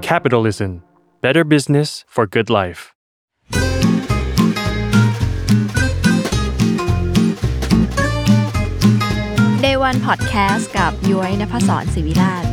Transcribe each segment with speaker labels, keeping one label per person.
Speaker 1: Capitalism Better Business for Good Life
Speaker 2: เดวันพอดแคสต์กับย้อยนภศรศิวิราช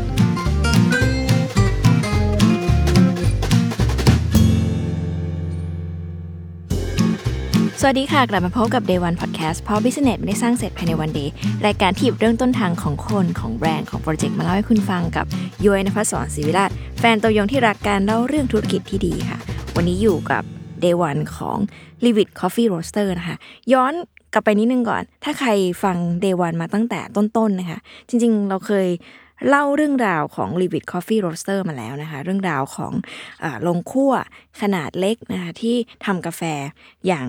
Speaker 2: สวัสดีค่ะ กลับมาพบกับ Day One Podcast เพราะ Business ไม่ได้สร้างเสร็จภายในวันเดย์รายการที่หยิบเรื่องต้นทางของคนของแบรนด์ของโปรเจกต์มาเล่าให้คุณฟังกับย้อยนภศรศิวิราช แฟนตัวยงที่รักการเล่าเรื่องธุรกิจที่ดีค่ะ วันนี้อยู่กับ Day One ของ l i v i t Coffee Roaster นะคะ ย้อนกลับไปนิดนึงก่อน ถ้าใครฟัง Day One มาตั้งแต่ต้นๆนะคะ จริงๆ เราเคยเล่าเรื่องราวของ l i v i t Coffee Roaster มาแล้วนะคะ เรื่องราวของเออโรงคั่วขนาดเล็กนะคะที่ทำกาแฟอย่าง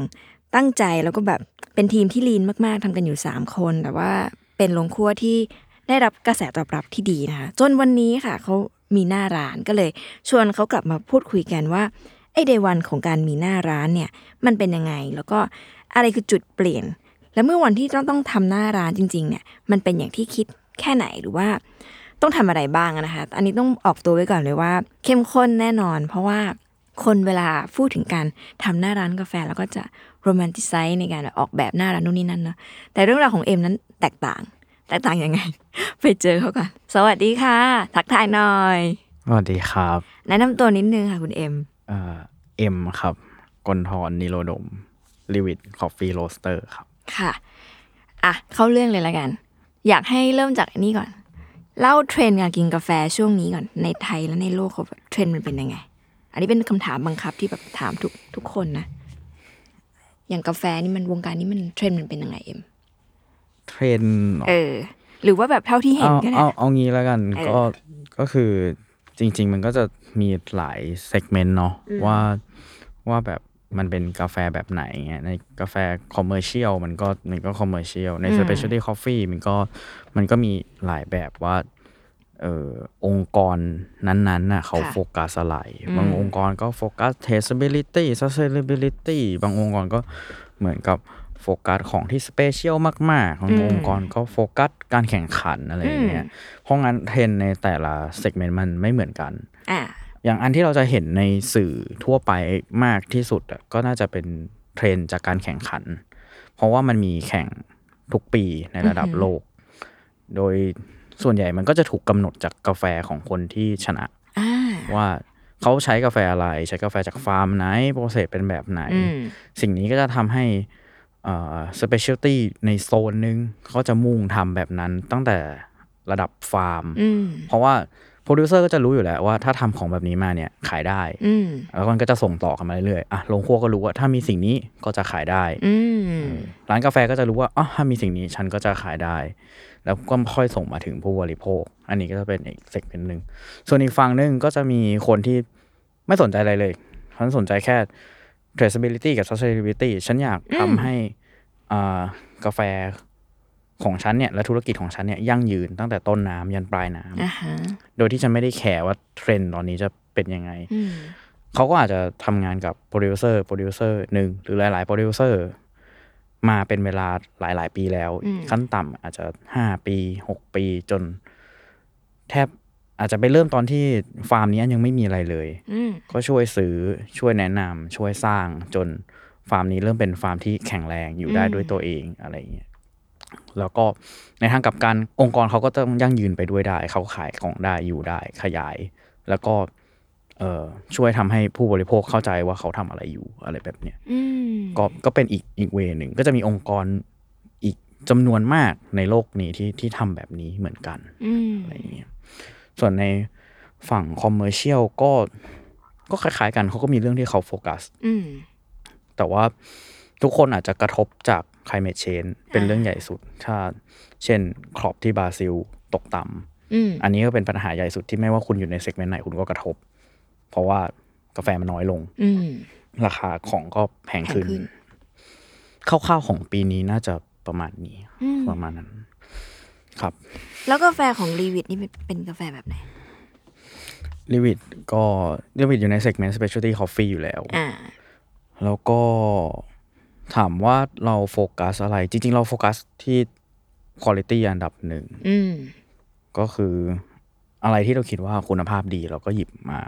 Speaker 2: ตั้งใจแล้วก็แบบเป็นทีมที่ลีนมากๆทำกันอยู่ 3 คน แต่ว่าเป็นโรงคั่วที่ได้รับกระแสตอบรับที่ดีนะคะ จนวันนี้ค่ะเขามีหน้าร้านก็เลย ชวนเขากลับมาพูดคุยกันว่า ไอเดวันของการมีหน้าร้านเนี่ย มันเป็นยังไง แล้วก็อะไรคือจุดเปลี่ยน และเมื่อวันที่ต้องต้องทำหน้าร้านจริง ๆ เนี่ย มันเป็นอย่างที่คิดแค่ไหนหรือว่า ต้องทำอะไรบ้างนะคะ อันนี้ต้องออกตัวไว้ก่อนเลยว่า เข้มข้นแน่นอน เพราะว่าคนเวลาพูดถึงการทำหน้าร้านกาแฟ แล้วก็จะโรแมนติไซส์ในการออกแบบหน้าร้านนู่นนี่นั่นเนอะแต่เรื่องราวของเอ็มนั้นแตกต่าง แตกต่างยังไง ไปเจอเขากันสวัสดีค่ะ ทักทายหน่อย
Speaker 3: สวัสดีครับ
Speaker 2: แนะนำตัวนิดนึงค่ะคุณเอ็ม
Speaker 3: เอ่อเอ็มครับ กลทรนิโรดมลิวิตคอฟฟี่โรสเตอร์ครับ
Speaker 2: ค่ะ อ่ะ เข้าเรื่องเลยละกัน อยากให้เริ่มจากอันนี้ก่อน เล่าเทรนด์การกินกาแฟช่วงนี้ก่อน ในไทยและในโลกเขาแบบเทรนด์มันเป็นยังไง อันนี้เป็นคำถามบังคับที่แบบถามทุกทุกคนนะ อย่างกาแฟนี่มันวงการนี้มันเทรนด์มันเป็นยังไงเอ็ม
Speaker 3: เทรนด์เหรอ
Speaker 2: เออ หรือว่าแบบเท่าที่เห็น
Speaker 3: เอา
Speaker 2: ก็ได้
Speaker 3: เอาเอางี้แล้วกัน
Speaker 2: เออ
Speaker 3: ก็ก็คือจริง ๆ มันก็จะมีหลายเซกเมนต์เนาะว่าว่าแบบมันเป็นกาแฟแบบไหนเงี้ยในกาแฟคอมเมอร์เชียลมันก็มันก็คอมเมอร์เชียลในสเปเชียลตี้คอฟฟี่มันก็มันก็มีหลายแบบว่า เอ่อองค์กรนั้นๆน่ะเขา
Speaker 2: ค่ะ
Speaker 3: โฟกัสอะไร บางองค์กรก็โฟกัส traceability sustainability บางองค์กรก็เหมือนกับโฟกัสของที่สเปเชียลมากๆบางองค์กรก็โฟกัสการแข่งขันอะไรอย่างเงี้ยเพราะงั้นเทรนด์ในแต่ละเซกเมนต์มันไม่เหมือนกัน
Speaker 2: อ่ะ
Speaker 3: อย่างอันที่เราจะเห็นในสื่อทั่วไปมากที่สุดอะก็น่าจะเป็นเทรนด์จากการแข่งขัน เพราะว่ามันมีแข่งทุกปีในระดับโลก โดยส่วนใหญ่มันก็จะถูกกำหนดจากกาแฟของคนที่ชนะ
Speaker 2: อ่า
Speaker 3: ว่าเขาใช้กาแฟอะไร ใช้กาแฟจากฟาร์มไหนโปรเซสเป็นแบบไหน
Speaker 2: อืม
Speaker 3: สิ่งนี้ก็จะทำให้สเปเชียลตี้ในโซนนึงเขาจะมุ่งทำแบบนั้นตั้งแต่ระดับฟาร์ม
Speaker 2: อืม
Speaker 3: เพราะว่าโปรดิวเซอร์ก็จะรู้อยู่แล้วว่าถ้าทำของแบบนี้มาเนี่ยขายได้
Speaker 2: อืม
Speaker 3: แล้วมันก็จะส่งต่อกันมาเรื่อยๆอ่ะโรงครัวก็รู้ว่าถ้ามีสิ่งนี้ก็จะขายได้
Speaker 2: อืม
Speaker 3: ร้านกาแฟก็จะรู้ว่าอ๋อถ้ามีสิ่งนี้ฉันก็จะขายได้ แล้วก็ค่อยส่งมาถึงผู้บริโภค อันนี้ก็จะเป็นอีกเซกเมนต์หนึ่งส่วนอีกฝั่งหนึ่งก็จะมีคนที่ไม่สนใจอะไรเลยฉันสนใจแค่ traceability กับ sustainability ฉันอยากทำให้อ่ากาแฟของฉันเนี่ยและธุรกิจของฉันเนี่ยยั่งยืนตั้งแต่ต้นน้ำยันปลายน้ำ
Speaker 2: อ่าฮะ
Speaker 3: โดยที่ฉันไม่ได้แคร์ว่าเทรนด์ตอนนี้จะเป็นยังไง
Speaker 2: อืม
Speaker 3: เขาก็อาจจะทำงานกับโปรดิวเซอร์ โปรดิวเซอร์หนึ่งหรือหลาย ๆ โปรดิวเซอร์ มาเป็นเวลาหลาย ๆ ปีแล้ว
Speaker 2: อืม
Speaker 3: ขั้นต่ำอาจจะห้าปีหกปีจน แทบอาจจะไปเริ่มตอนที่ฟาร์มนี้ยังไม่มีอะไรเลย
Speaker 2: อืม
Speaker 3: ก็ช่วยซื้อช่วยแนะนำช่วยสร้างจนฟาร์มนี้เริ่มเป็นฟาร์มที่แข็งแรงอยู่ได้
Speaker 2: อืม
Speaker 3: ด้วยตัวเองอะไรอย่างเงี้ยแล้วก็ในทางกลับการองค์กรเขาก็ต้องยั่งยืนไปด้วยได้ เขาขายของได้อยู่ได้ขยาย แล้วก็เอ่อช่วยทำให้ผู้บริโภคเข้าใจว่าเขาทำอะไรอยู่อะไรแบบเนี้ย
Speaker 2: อืม
Speaker 3: ก็ก็เป็นอีกอีกเวหนึ่งก็จะมีองค์กรอีกจำนวนมากในโลกนี้ที่ที่ทำแบบนี้เหมือนกัน
Speaker 2: อืม
Speaker 3: อะไรอย่างเงี้ยส่วนในฝั่งคอมเมอร์เชียลก็ก็คล้ายๆกันเขาก็มีเรื่องที่เขาโฟกัส
Speaker 2: อืม
Speaker 3: แต่ว่าทุกคนอาจจะกระทบจาก climate change เป็นเรื่องใหญ่สุด ถ้า เช่นครอบที่บราซิลตกต่ำ
Speaker 2: อืม
Speaker 3: อันนี้ก็เป็นปัญหาใหญ่สุดที่ไม่ว่าคุณอยู่ในเซกเมนต์ไหนคุณก็กระทบ เพราะว่ากาแฟมันน้อยลง
Speaker 2: อืม
Speaker 3: ราคาของก็แพงขึ้น
Speaker 2: แพงขึ้น
Speaker 3: คร่าวๆของปีนี้น่าจะประมาณนี้
Speaker 2: อืม
Speaker 3: ประมาณนั้น ครับ
Speaker 2: แล้วกาแฟของรีวิทนี่เป็นเป็นกาแฟแบบไหน
Speaker 3: ลิวิตก็ลิวิตอยู่ในเซกเมนต์ specialty coffee อยู่แล้ว
Speaker 2: อ่า
Speaker 3: แล้วก็ถามว่าเราโฟกัสอะไร จริง ๆ เราโฟกัสที่ quality อันดับหนึ่ง
Speaker 2: อืม
Speaker 3: ก็คือ อะไรที่เราคิดว่าคุณภาพดีเราก็หยิบมา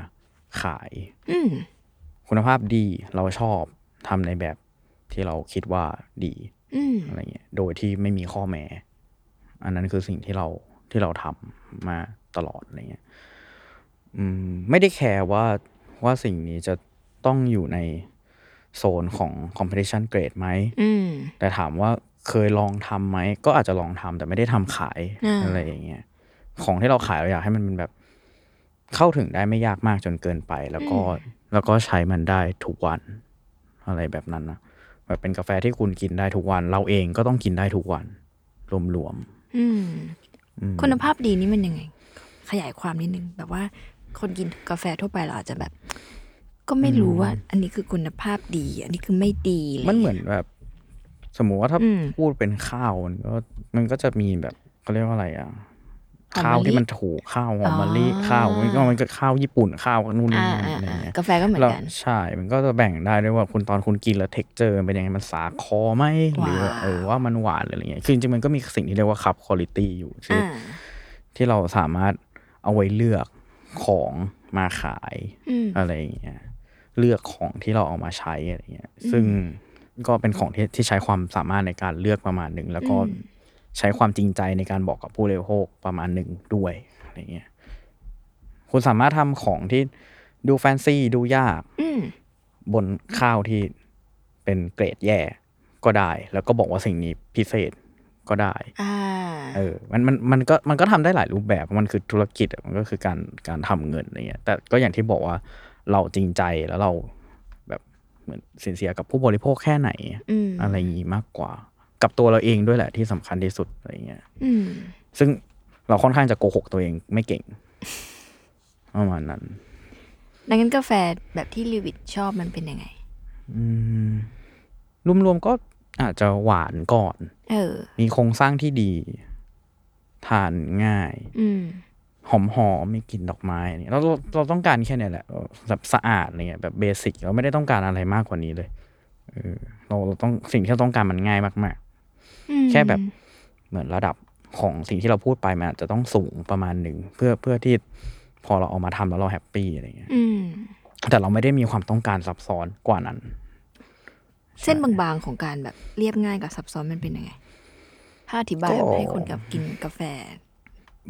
Speaker 3: ขาย
Speaker 2: อืม
Speaker 3: คุณภาพดีเราชอบทำในแบบที่เราคิดว่าดี
Speaker 2: อืม
Speaker 3: อะไรเงี้ยโดยที่ไม่มีข้อแม้ อันนั้นคือสิ่งที่เราที่เราทำมาตลอดอะไรเงี้ยอืมไม่ได้แคร์ว่าว่าสิ่งนี้จะต้องอยู่ในโซนของ competition grade ไหม
Speaker 2: อืม
Speaker 3: แต่ถามว่าเคยลองทำไหม ก็อาจจะลองทำแต่ไม่ได้ทำขาย
Speaker 2: อ่า
Speaker 3: อะไรอย่างเงี้ยของที่เราขายเราอยากให้มันเป็นแบบเข้าถึงได้ไม่ยากมากจนเกินไป แล้วก็แล้วก็ใช้มันได้ทุกวัน อะไรแบบนั้นนะแบบเป็นกาแฟที่คุณกินได้ทุกวัน เราเองก็ต้องกินได้ทุกวัน รวม
Speaker 2: อืม คุณภาพดีนี่มันยังไง ขยายความนิดนึง แบบว่าคนกินกาแฟทั่วไปเราอาจจะแบบ ก็ไม่รู้ว่า อันนี้คือคุณภาพดี อันนี้คือไม่ดีะ
Speaker 3: ๆ
Speaker 2: ไร
Speaker 3: มันเหมื
Speaker 2: งี้
Speaker 3: อย นแบบ สมมุติว่าถ้า
Speaker 2: อืม
Speaker 3: พูดเป็นข้าวมันก็มันก็จะมีแบบเขาเรียกว่าอะไรอ่ะ
Speaker 2: หอมมะลิ
Speaker 3: ข้าวที่มันถูกข้าวหอมมะลิ
Speaker 2: อ๋อ
Speaker 3: ข้าวมันก็มันก็ข้าวญี่ปุ่นข้าวนู่นนี่
Speaker 2: อ่า
Speaker 3: นั่น
Speaker 2: อ่า
Speaker 3: อะไร
Speaker 2: อ่า
Speaker 3: เงี้ย
Speaker 2: กาแฟก็เหมือนกัน
Speaker 3: แล้วใช่ มันก็จะแบ่งได้ด้วยว่าคุณตอนคุณกินแล้วเท็กเจอร์เป็นยังไง มันสาคอไหมหรือ
Speaker 2: ว้า
Speaker 3: ว่า
Speaker 2: ว
Speaker 3: เออว่ามันหวานหรืออะไรเงี้ย คือจริงๆมันก็มีสิ่งที่เรียกว่าคับคุณลิตี้อยู่ที่
Speaker 2: อ่า
Speaker 3: ที่เราสามารถเอาไว้เลือกของมาขาย
Speaker 2: อืม
Speaker 3: อะไรอย่างเงี้ย เลือกของที่เราเอามาใช้อะไรเงี้ย ซึ่งก็เป็นของที่ที่ใช้ความสามารถในการเลือกประมาณหนึ่งแล้วก็ใช้ความจริงใจในการบอกกับผู้บริโภคประมาณหนึ่งด้วยอะไรเงี้ย คุณสามารถทำของที่ดูแฟนซีดูยาก
Speaker 2: อืม
Speaker 3: บนข้าวที่เป็นเกรดแย่ก็ได้ แล้วก็บอกว่าสิ่งนี้พิเศษก็ได้
Speaker 2: อ่า
Speaker 3: เออ มันมันมันก็มันก็ทำได้หลายรูปแบบมันคือธุรกิจอะมันก็คือการการทำเงินอะไรเงี้ย แต่ก็อย่างที่บอกว่าเราจริงใจแล้วเราแบบเหมือนสินเสียกับผู้บริโภคแค่ไหน
Speaker 2: อืม
Speaker 3: อะไรอย่างงี้มากกว่า กับตัวเราเองด้วยแหละที่สำคัญที่สุดอะไรเงี้ย
Speaker 2: อืม
Speaker 3: ซึ่งเราค่อนข้างจะโกหกตัวเองไม่เก่งประมาณนั้น
Speaker 2: ดังนั้นกาแฟแบบที่ลิวิตชอบมันเป็นยังไง
Speaker 3: อืมรวมๆก็อาจจะหวานก่อน
Speaker 2: เออ
Speaker 3: มีโครงสร้างที่ดี ทานง่าย
Speaker 2: อืม ห
Speaker 3: หอมๆมีกลิ่นดอกไม้อะไรเนี่ยเราเราเราต้องการแค่เนี้แหละแบบสะอาดอะไรเงี้ยแบบเบสิกเราไม่ได้ต้องการอะไรมากกว่านี้เลยเออเราเราต้องสิ่งที่เราต้องการมันง่ายมาก
Speaker 2: ม
Speaker 3: ๆ แค่แบบเหมือนระดับของสิ่งที่เราพูดไปมันอาจจะต้องสูงประมาณหนึ่งเพื่อเพื่อที่พอเราเอามาทำแล้วเราแฮปปี้อะไรเงี้ย
Speaker 2: อืม
Speaker 3: แต่เราไม่ได้มีความต้องการซับซ้อนกว่านั้น
Speaker 2: เส้นบางๆของการแบบเรียบง่ายกับซับซ้อนมันเป็นยังไง ถ้าอธิบาย
Speaker 3: ก็
Speaker 2: ให้คนกับกินกาแฟ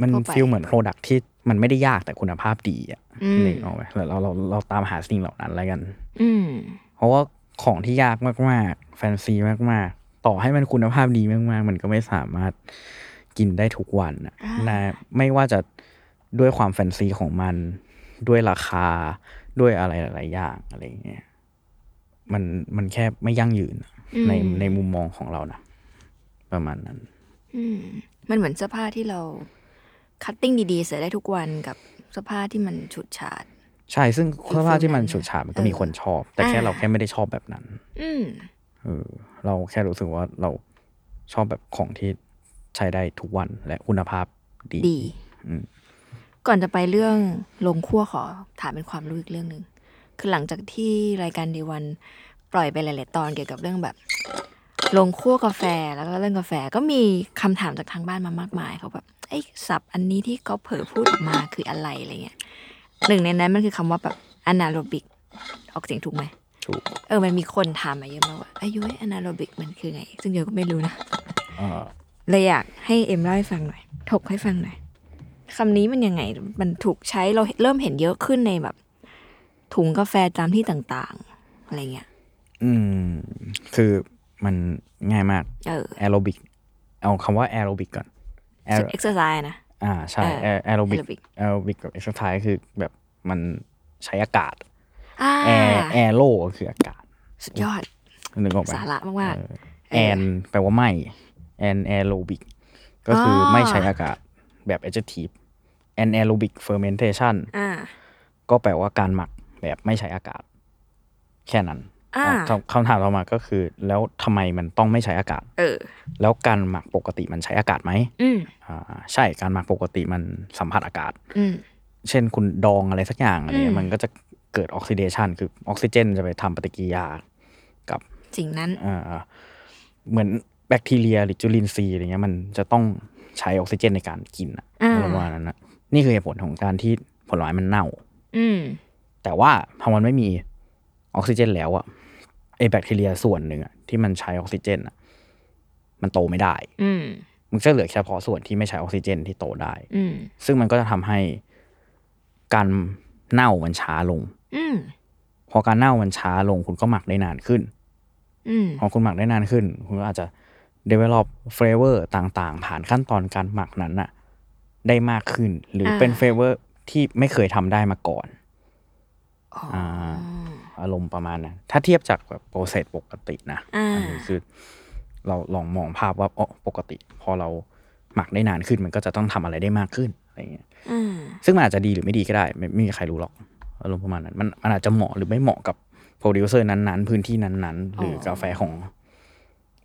Speaker 3: มัน
Speaker 2: ทั่วไป
Speaker 3: ฟีลเหมือนโปรดักที่มันไม่ได้ยากแต่คุณภาพดีอะ
Speaker 2: อืม
Speaker 3: นึกออกไหมแล้วเราเราเราตามหาสิ่งเหล่านั้นแล้วกัน
Speaker 2: อืม
Speaker 3: เพราะว่าของที่ยากมากๆ แฟนซีมากๆ ต่อให้มันคุณภาพดีมากๆ มันก็ไม่สามารถกินได้ทุกวันน่ะ
Speaker 2: อ่า
Speaker 3: นะไม่ว่าจะด้วยความแฟนซีของมัน ด้วยราคาด้วยอะไรหลายๆอย่างอะไรอย่างเงี้ยมันมันแค่ไม่ยั่งยืนน่ะในในมุมมองของเรานะประมาณนั้น
Speaker 2: อืม มันเหมือนเสื้อผ้าที่เราคัตติ้งดีๆ ใส่ได้ทุกวันกับเสื้อผ้าที่มันฉุดฉาด
Speaker 3: ใช่ ซึ่ง
Speaker 2: คือ
Speaker 3: เสื้อผ้าที่มัน
Speaker 2: ฟิลนั้น
Speaker 3: ฉูดฉาดมันก็
Speaker 2: เออ
Speaker 3: มีคนชอบ แต่แค่
Speaker 2: อ่า
Speaker 3: เราแค่ไม่ได้ชอบแบบนั้น
Speaker 2: อืม
Speaker 3: เออเราแค่รู้สึกว่าเราชอบแบบของที่ใช้ได้ทุกวันและคุณภาพดี
Speaker 2: ดี ก่อนจะไปเรื่องลงขั้วขอถามเป็นความรู้อีกเรื่องหนึ่งคือหลังจากที่รายการดีวันปล่อยไปหลาย ๆ ตอนเกี่ยวกับเรื่องแบบ ลงขั้วกาแฟแล้วก็เรื่องกาแฟก็มีคำถามจากทางบ้านมามากมายเขาแบบไอ้ศัพท์อันนี้ที่เขาเผยพูดออกมาคืออะไรอะไรเงี้ยหนึ่งในนั้นมันคือคำว่าแบบอนาโรบิกออกเสียงถูกไหม
Speaker 3: ถูก
Speaker 2: เออ มันมีคนถามมาเยอะมากว่าอายุอนาโรบิกมันคือไง ซึ่งเดี๋ยวก็ไม่รู้นะ
Speaker 3: เออ
Speaker 2: เลยอยากให้เอ็มเล่าให้ฟังหน่อย ถกให้ฟังหน่อยคำนี้มันยังไง มันถูกใช้เราเริ่มเห็นเยอะขึ้นในแบบ ถุงกาแฟตามที่ต่างๆ อะไรเงี้ย
Speaker 3: อืม คือมันง่ายมาก
Speaker 2: เออ
Speaker 3: แอโรบิก เอาคำว่าแอโรบิกก่อน aer-
Speaker 2: เอ็กซ์เซอร์ไซส์นะ
Speaker 3: อ่าใช่
Speaker 2: เออ
Speaker 3: แอโรบิก
Speaker 2: aerobic
Speaker 3: แอโรบิกกับเอ็กซ์ไทคือแบบมันใช้อากาศ
Speaker 2: อ่า
Speaker 3: แอร์แอโรก็คืออากาศ
Speaker 2: สุดยอด
Speaker 3: นึกออกไหม
Speaker 2: สาระมากๆ
Speaker 3: แอนแปลว่าไม่แอนแอโรบิกก็คืออไม่ใช้อากาศแบบ adjective แอนแอโรบิก fermentation
Speaker 2: อ่า
Speaker 3: ก็แปลว่าการหมักแบบไม่ใช้อากาศ แค่นั้น
Speaker 2: อ่า
Speaker 3: คำคำถามต่อมาก็คือ แล้วทำไมมันต้องไม่ใช้อากาศ
Speaker 2: เออ
Speaker 3: แล้วการหมักปกติมันใช้อากาศไหม
Speaker 2: อืม
Speaker 3: อ่าใช่การหมักปกติมันสัมผัสอากาศ
Speaker 2: อืม
Speaker 3: เช่นคุณดองอะไรสักอย่างอะไรเงี้
Speaker 2: อืม
Speaker 3: ยมันก็จะเกิดออกซิเดชันคือออกซิเจนจะไปทำปฏิกิริยากับ
Speaker 2: สิ่งนั้น
Speaker 3: เอ่อเหมือนแบคทีเรียหรือจุลินทรีย์อะไรเงี้ยมันจะต้องใช้ออกซิเจนในการกินอะ
Speaker 2: อ่า
Speaker 3: ประมาณนั้นนะ นี่คือเหตุผลของการที่ผลไม้มันเน่า
Speaker 2: อืม
Speaker 3: แต่ว่าพอมันไม่มีออกซิเจนแล้วอะไอแบคทีเรียส่วนหนึ่งอะที่มันใช้ออกซิเจนอะมันโตไม่ได้
Speaker 2: อืม
Speaker 3: มันจะเหลือเฉพาะส่วนที่ไม่ใช้ออกซิเจนที่โตได้
Speaker 2: อืม
Speaker 3: ซึ่งมันก็จะทำให้การเน่ามันช้าลง
Speaker 2: อืม
Speaker 3: พอการเน่ามันช้าลงคุณก็หมักได้นานขึ้น
Speaker 2: อืม
Speaker 3: พอคุณหมักได้นานขึ้น คุณก็อาจจะ develop flavor ต่างๆ ผ่านขั้นตอนการหมักนั้นน่ะ ได้มากขึ้น หรืออา เป็น flavor ที่ไม่เคยทำได้มาก่อน
Speaker 2: อ๋อ
Speaker 3: อ่า อารมณ์ประมาณนั้น ถ้าเทียบจากแบบโปรเซสปกตินะ
Speaker 2: อ่า
Speaker 3: อันนี้คือเราลองมองภาพว่าอ๋อปกติ พอเราหมักได้นานขึ้น มันก็จะต้องทำอะไรได้มากขึ้นอะไรเงี้ย
Speaker 2: อ่า
Speaker 3: ซึ่งมันอาจจะดีหรือไม่ดีก็ได้ ไม่ไม่มีใครรู้หรอกอารมณ์ประมาณนั้น มันมันอาจจะเหมาะหรือไม่เหมาะกับโปรดิวเซอร์นั้นๆ พื้นที่นั้นๆ หรือ
Speaker 2: อก
Speaker 3: อาแฟของ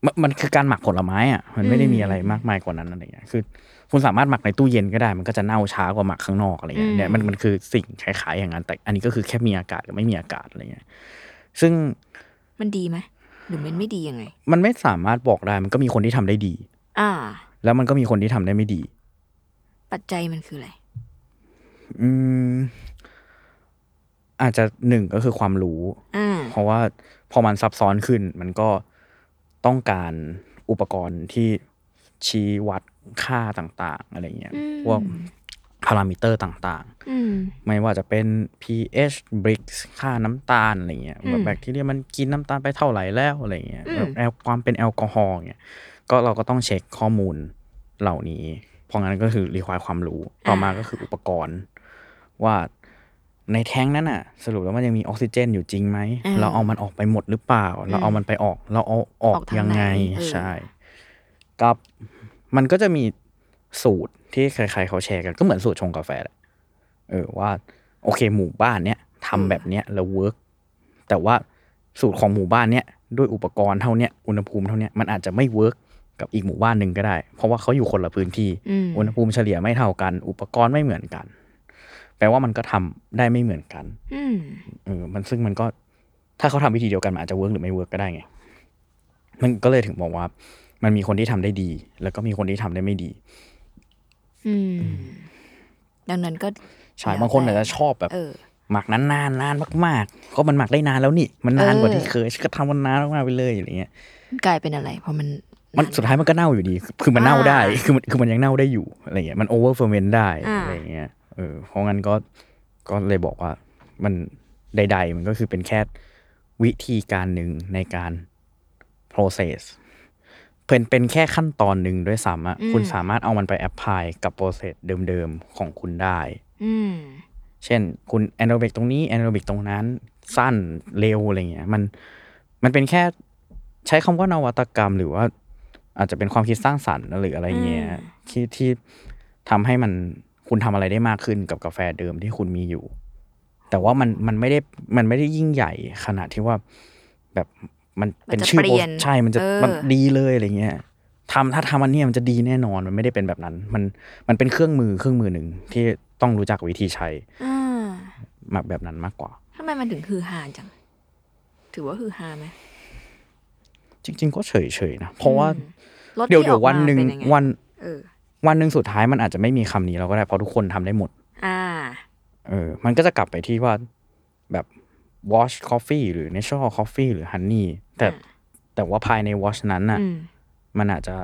Speaker 3: มันมันคือการหมักผลไม้อ่ะมันไม่ได้
Speaker 2: อืม
Speaker 3: มีอะไรมากมายกว่านั้นอะไรเงี้ยคือ คุณสามารถหมักในตู้เย็นก็ได้ มันก็จะเน่าช้ากว่าหมักข้างนอกอะไรเงี้ยเนี่ยมันมันคือสิ่งคล้ายๆอย่างนั้นแต่อันนี้ก็คือแค่มีอากาศหรือไม่มีอากาศอะไรเงี้ยซึ่ง
Speaker 2: มันดีไหมหรือมันไม่ดียังไง
Speaker 3: มันไม่สามารถบอกได้ มันก็มีคนที่ทำได้ดี
Speaker 2: อ่า
Speaker 3: แล้วมันก็มีคนที่ทำได้ไม่ดี
Speaker 2: ปัจจัยมันคืออะไร
Speaker 3: อืม อาจจะหนึ่งก็คือความรู้
Speaker 2: อ่า
Speaker 3: เพราะว่าพอมันซับซ้อนขึ้น มันก็ต้องการอุปกรณ์ที่ชี้วัดค่าต่างๆ อะไรเงี้ย
Speaker 2: อืม
Speaker 3: พวกพารามิเตอร์ต่างๆ
Speaker 2: อืม
Speaker 3: ไม่ว่าจะเป็น pH bricks ค่าน้ำตาลอะไรเงี้ย
Speaker 2: อืม
Speaker 3: แบบแบคทีเรียมันกินน้ำตาลไปเท่าไหร่แล้วอะไรเงี้ย
Speaker 2: อืม
Speaker 3: แบบแอลความเป็นแอลกอฮอล์เงี้ยก็เราก็ต้องเช็คข้อมูลเหล่านี้ เพราะงั้นก็คือรีควายความรู้ต่อมาก็คืออุปกรณ์ ว่าในแท้งนั้นน่ะ สรุปแล้วมันยังมีออกซิเจนอยู่จริงไหม
Speaker 2: อ่า
Speaker 3: เราเอามันออกไปหมดหรือเปล่า เราเอามันไปออก เราเอาออ
Speaker 2: ออก กทาง
Speaker 3: ยัง
Speaker 2: ไห
Speaker 3: ไง
Speaker 2: นเออ
Speaker 3: ใช่ กับมันก็จะมีสูตรที่ใครๆเขาแชร์กันก็เหมือนสูตรชงกาแฟแหละเออว่า โอเคหมู่บ้านเนี้ยทำแบบเนี้ยแล้วเวิร์กแต่ว่าสูตรของหมู่บ้านเนี้ยด้วยอุปกรณ์เท่าเนี้ยอุณหภูมิเท่าเนี้ยมันอาจจะไม่เวิร์กกับอีกหมู่บ้านหนึ่งก็ได้ เพราะว่าเขาอยู่คนละพื้นที่
Speaker 2: อืม
Speaker 3: อุณหภูมิเฉลี่ยไม่เท่ากัน อุปกรณ์ไม่เหมือนกัน แปลว่ามันก็ทำได้ไม่เหมือนกัน
Speaker 2: อืม
Speaker 3: เออมันซึ่งมันก็ถ้าเขาทำวิธีเดียวกันมันอาจจะเวิร์กหรือไม่เวิร์กก็ได้ไงมันก็เลยถึงบอกว่า มันมีคนที่ทำได้ดี แล้วก็มีคนที่ทำได้ไม่ดี
Speaker 2: อืม ดังนั้นก็
Speaker 3: ใช่
Speaker 2: แล้วแต่
Speaker 3: บางคนอาจจะชอบแบบ
Speaker 2: เออ
Speaker 3: หมักนานนานนานมากๆก็มันหมักได้นานแล้วนี่ มันนานกว่า
Speaker 2: เออ
Speaker 3: ที่เคยก็ทำมันนานมากๆไปเลยอะไรเงี้ย
Speaker 2: กลายเป็นอะไร เพราะมัน
Speaker 3: มันสุดท้ายมันก็เน่าอยู่ดี คือคือมันเน่าได้
Speaker 2: อ่า
Speaker 3: คือมันคือมันยังเน่าได้อยู่อะไรเงี้ย มันโอเวอร์เฟอร์เมนได้
Speaker 2: อ่า
Speaker 3: อะไรเงี้ย เออ เพราะงั้นก็ ก็เลยบอกว่า มันใด ๆ มันก็คือเป็นแค่วิธีการหนึ่งในการ process เป็นเป็นแค่ขั้นตอนหนึ่งด้วยซ้ำอะคุณสามารถเอามันไปแอพพลายกับ process เดิมๆ ของคุณได้
Speaker 2: อืม
Speaker 3: เช่น คุณแอนโรเบกตรงนี้แอนโรเบกตรงนั้น สั้นเร็วอะไรเงี้ยมันมันเป็นแค่ใช้คำว่านวัตกรรม หรือว่า อาจจะเป็นความคิดสร้างสรรค์หรืออะไรเงี้ย
Speaker 2: อืม
Speaker 3: ที่ที่ทำให้มันคุณทำอะไรได้มากขึ้นกับกาแฟเดิมที่คุณมีอยู่ แต่ว่ามันมันไม่ได้มันไม่ได้ยิ่งใหญ่ขนาดที่ว่าแบบมัน
Speaker 2: มันจะ
Speaker 3: เป็นชื่อ
Speaker 2: เป
Speaker 3: โป
Speaker 2: ลี่ย
Speaker 3: ร
Speaker 2: น
Speaker 3: ใช่มันจะ
Speaker 2: เออ
Speaker 3: มันดีเลยอะไรเงี้ยทำถ้าทำอันเนี้ยมันจะดีแน่นอนมันไม่ได้เป็นแบบนั้น มันมันเป็นเครื่องมือเครื่องมือหนึ่งที่ต้องรู้จักวิธีใช้
Speaker 2: อ่า
Speaker 3: มักแบบนั้นมากกว่า
Speaker 2: ทำไมมันถึงฮือฮาจัง ถือว่าฮือฮาไหม
Speaker 3: จริง ๆ ก็เฉยๆนะ เพราะว่าร
Speaker 2: ถ
Speaker 3: เดี๋ยว
Speaker 2: ที่
Speaker 3: เดี๋ยว
Speaker 2: ออกมา
Speaker 3: วันหนึ่ง
Speaker 2: เป็ยัไ
Speaker 3: วัน
Speaker 2: เออ
Speaker 3: วันหนึ่งสุดท้ายมันอาจจะไม่มีคำนี้เราก็ได้เพราะทุกคนทำได้หมด
Speaker 2: อ่า
Speaker 3: เออ มันก็จะกลับไปที่ว่าแบบ wash coffee หรือ natural coffee หรือ honey แต่
Speaker 2: อ่า
Speaker 3: แต่ว่าภายใน wash นั้นน่ะ
Speaker 2: อืม
Speaker 3: มันอาจจะ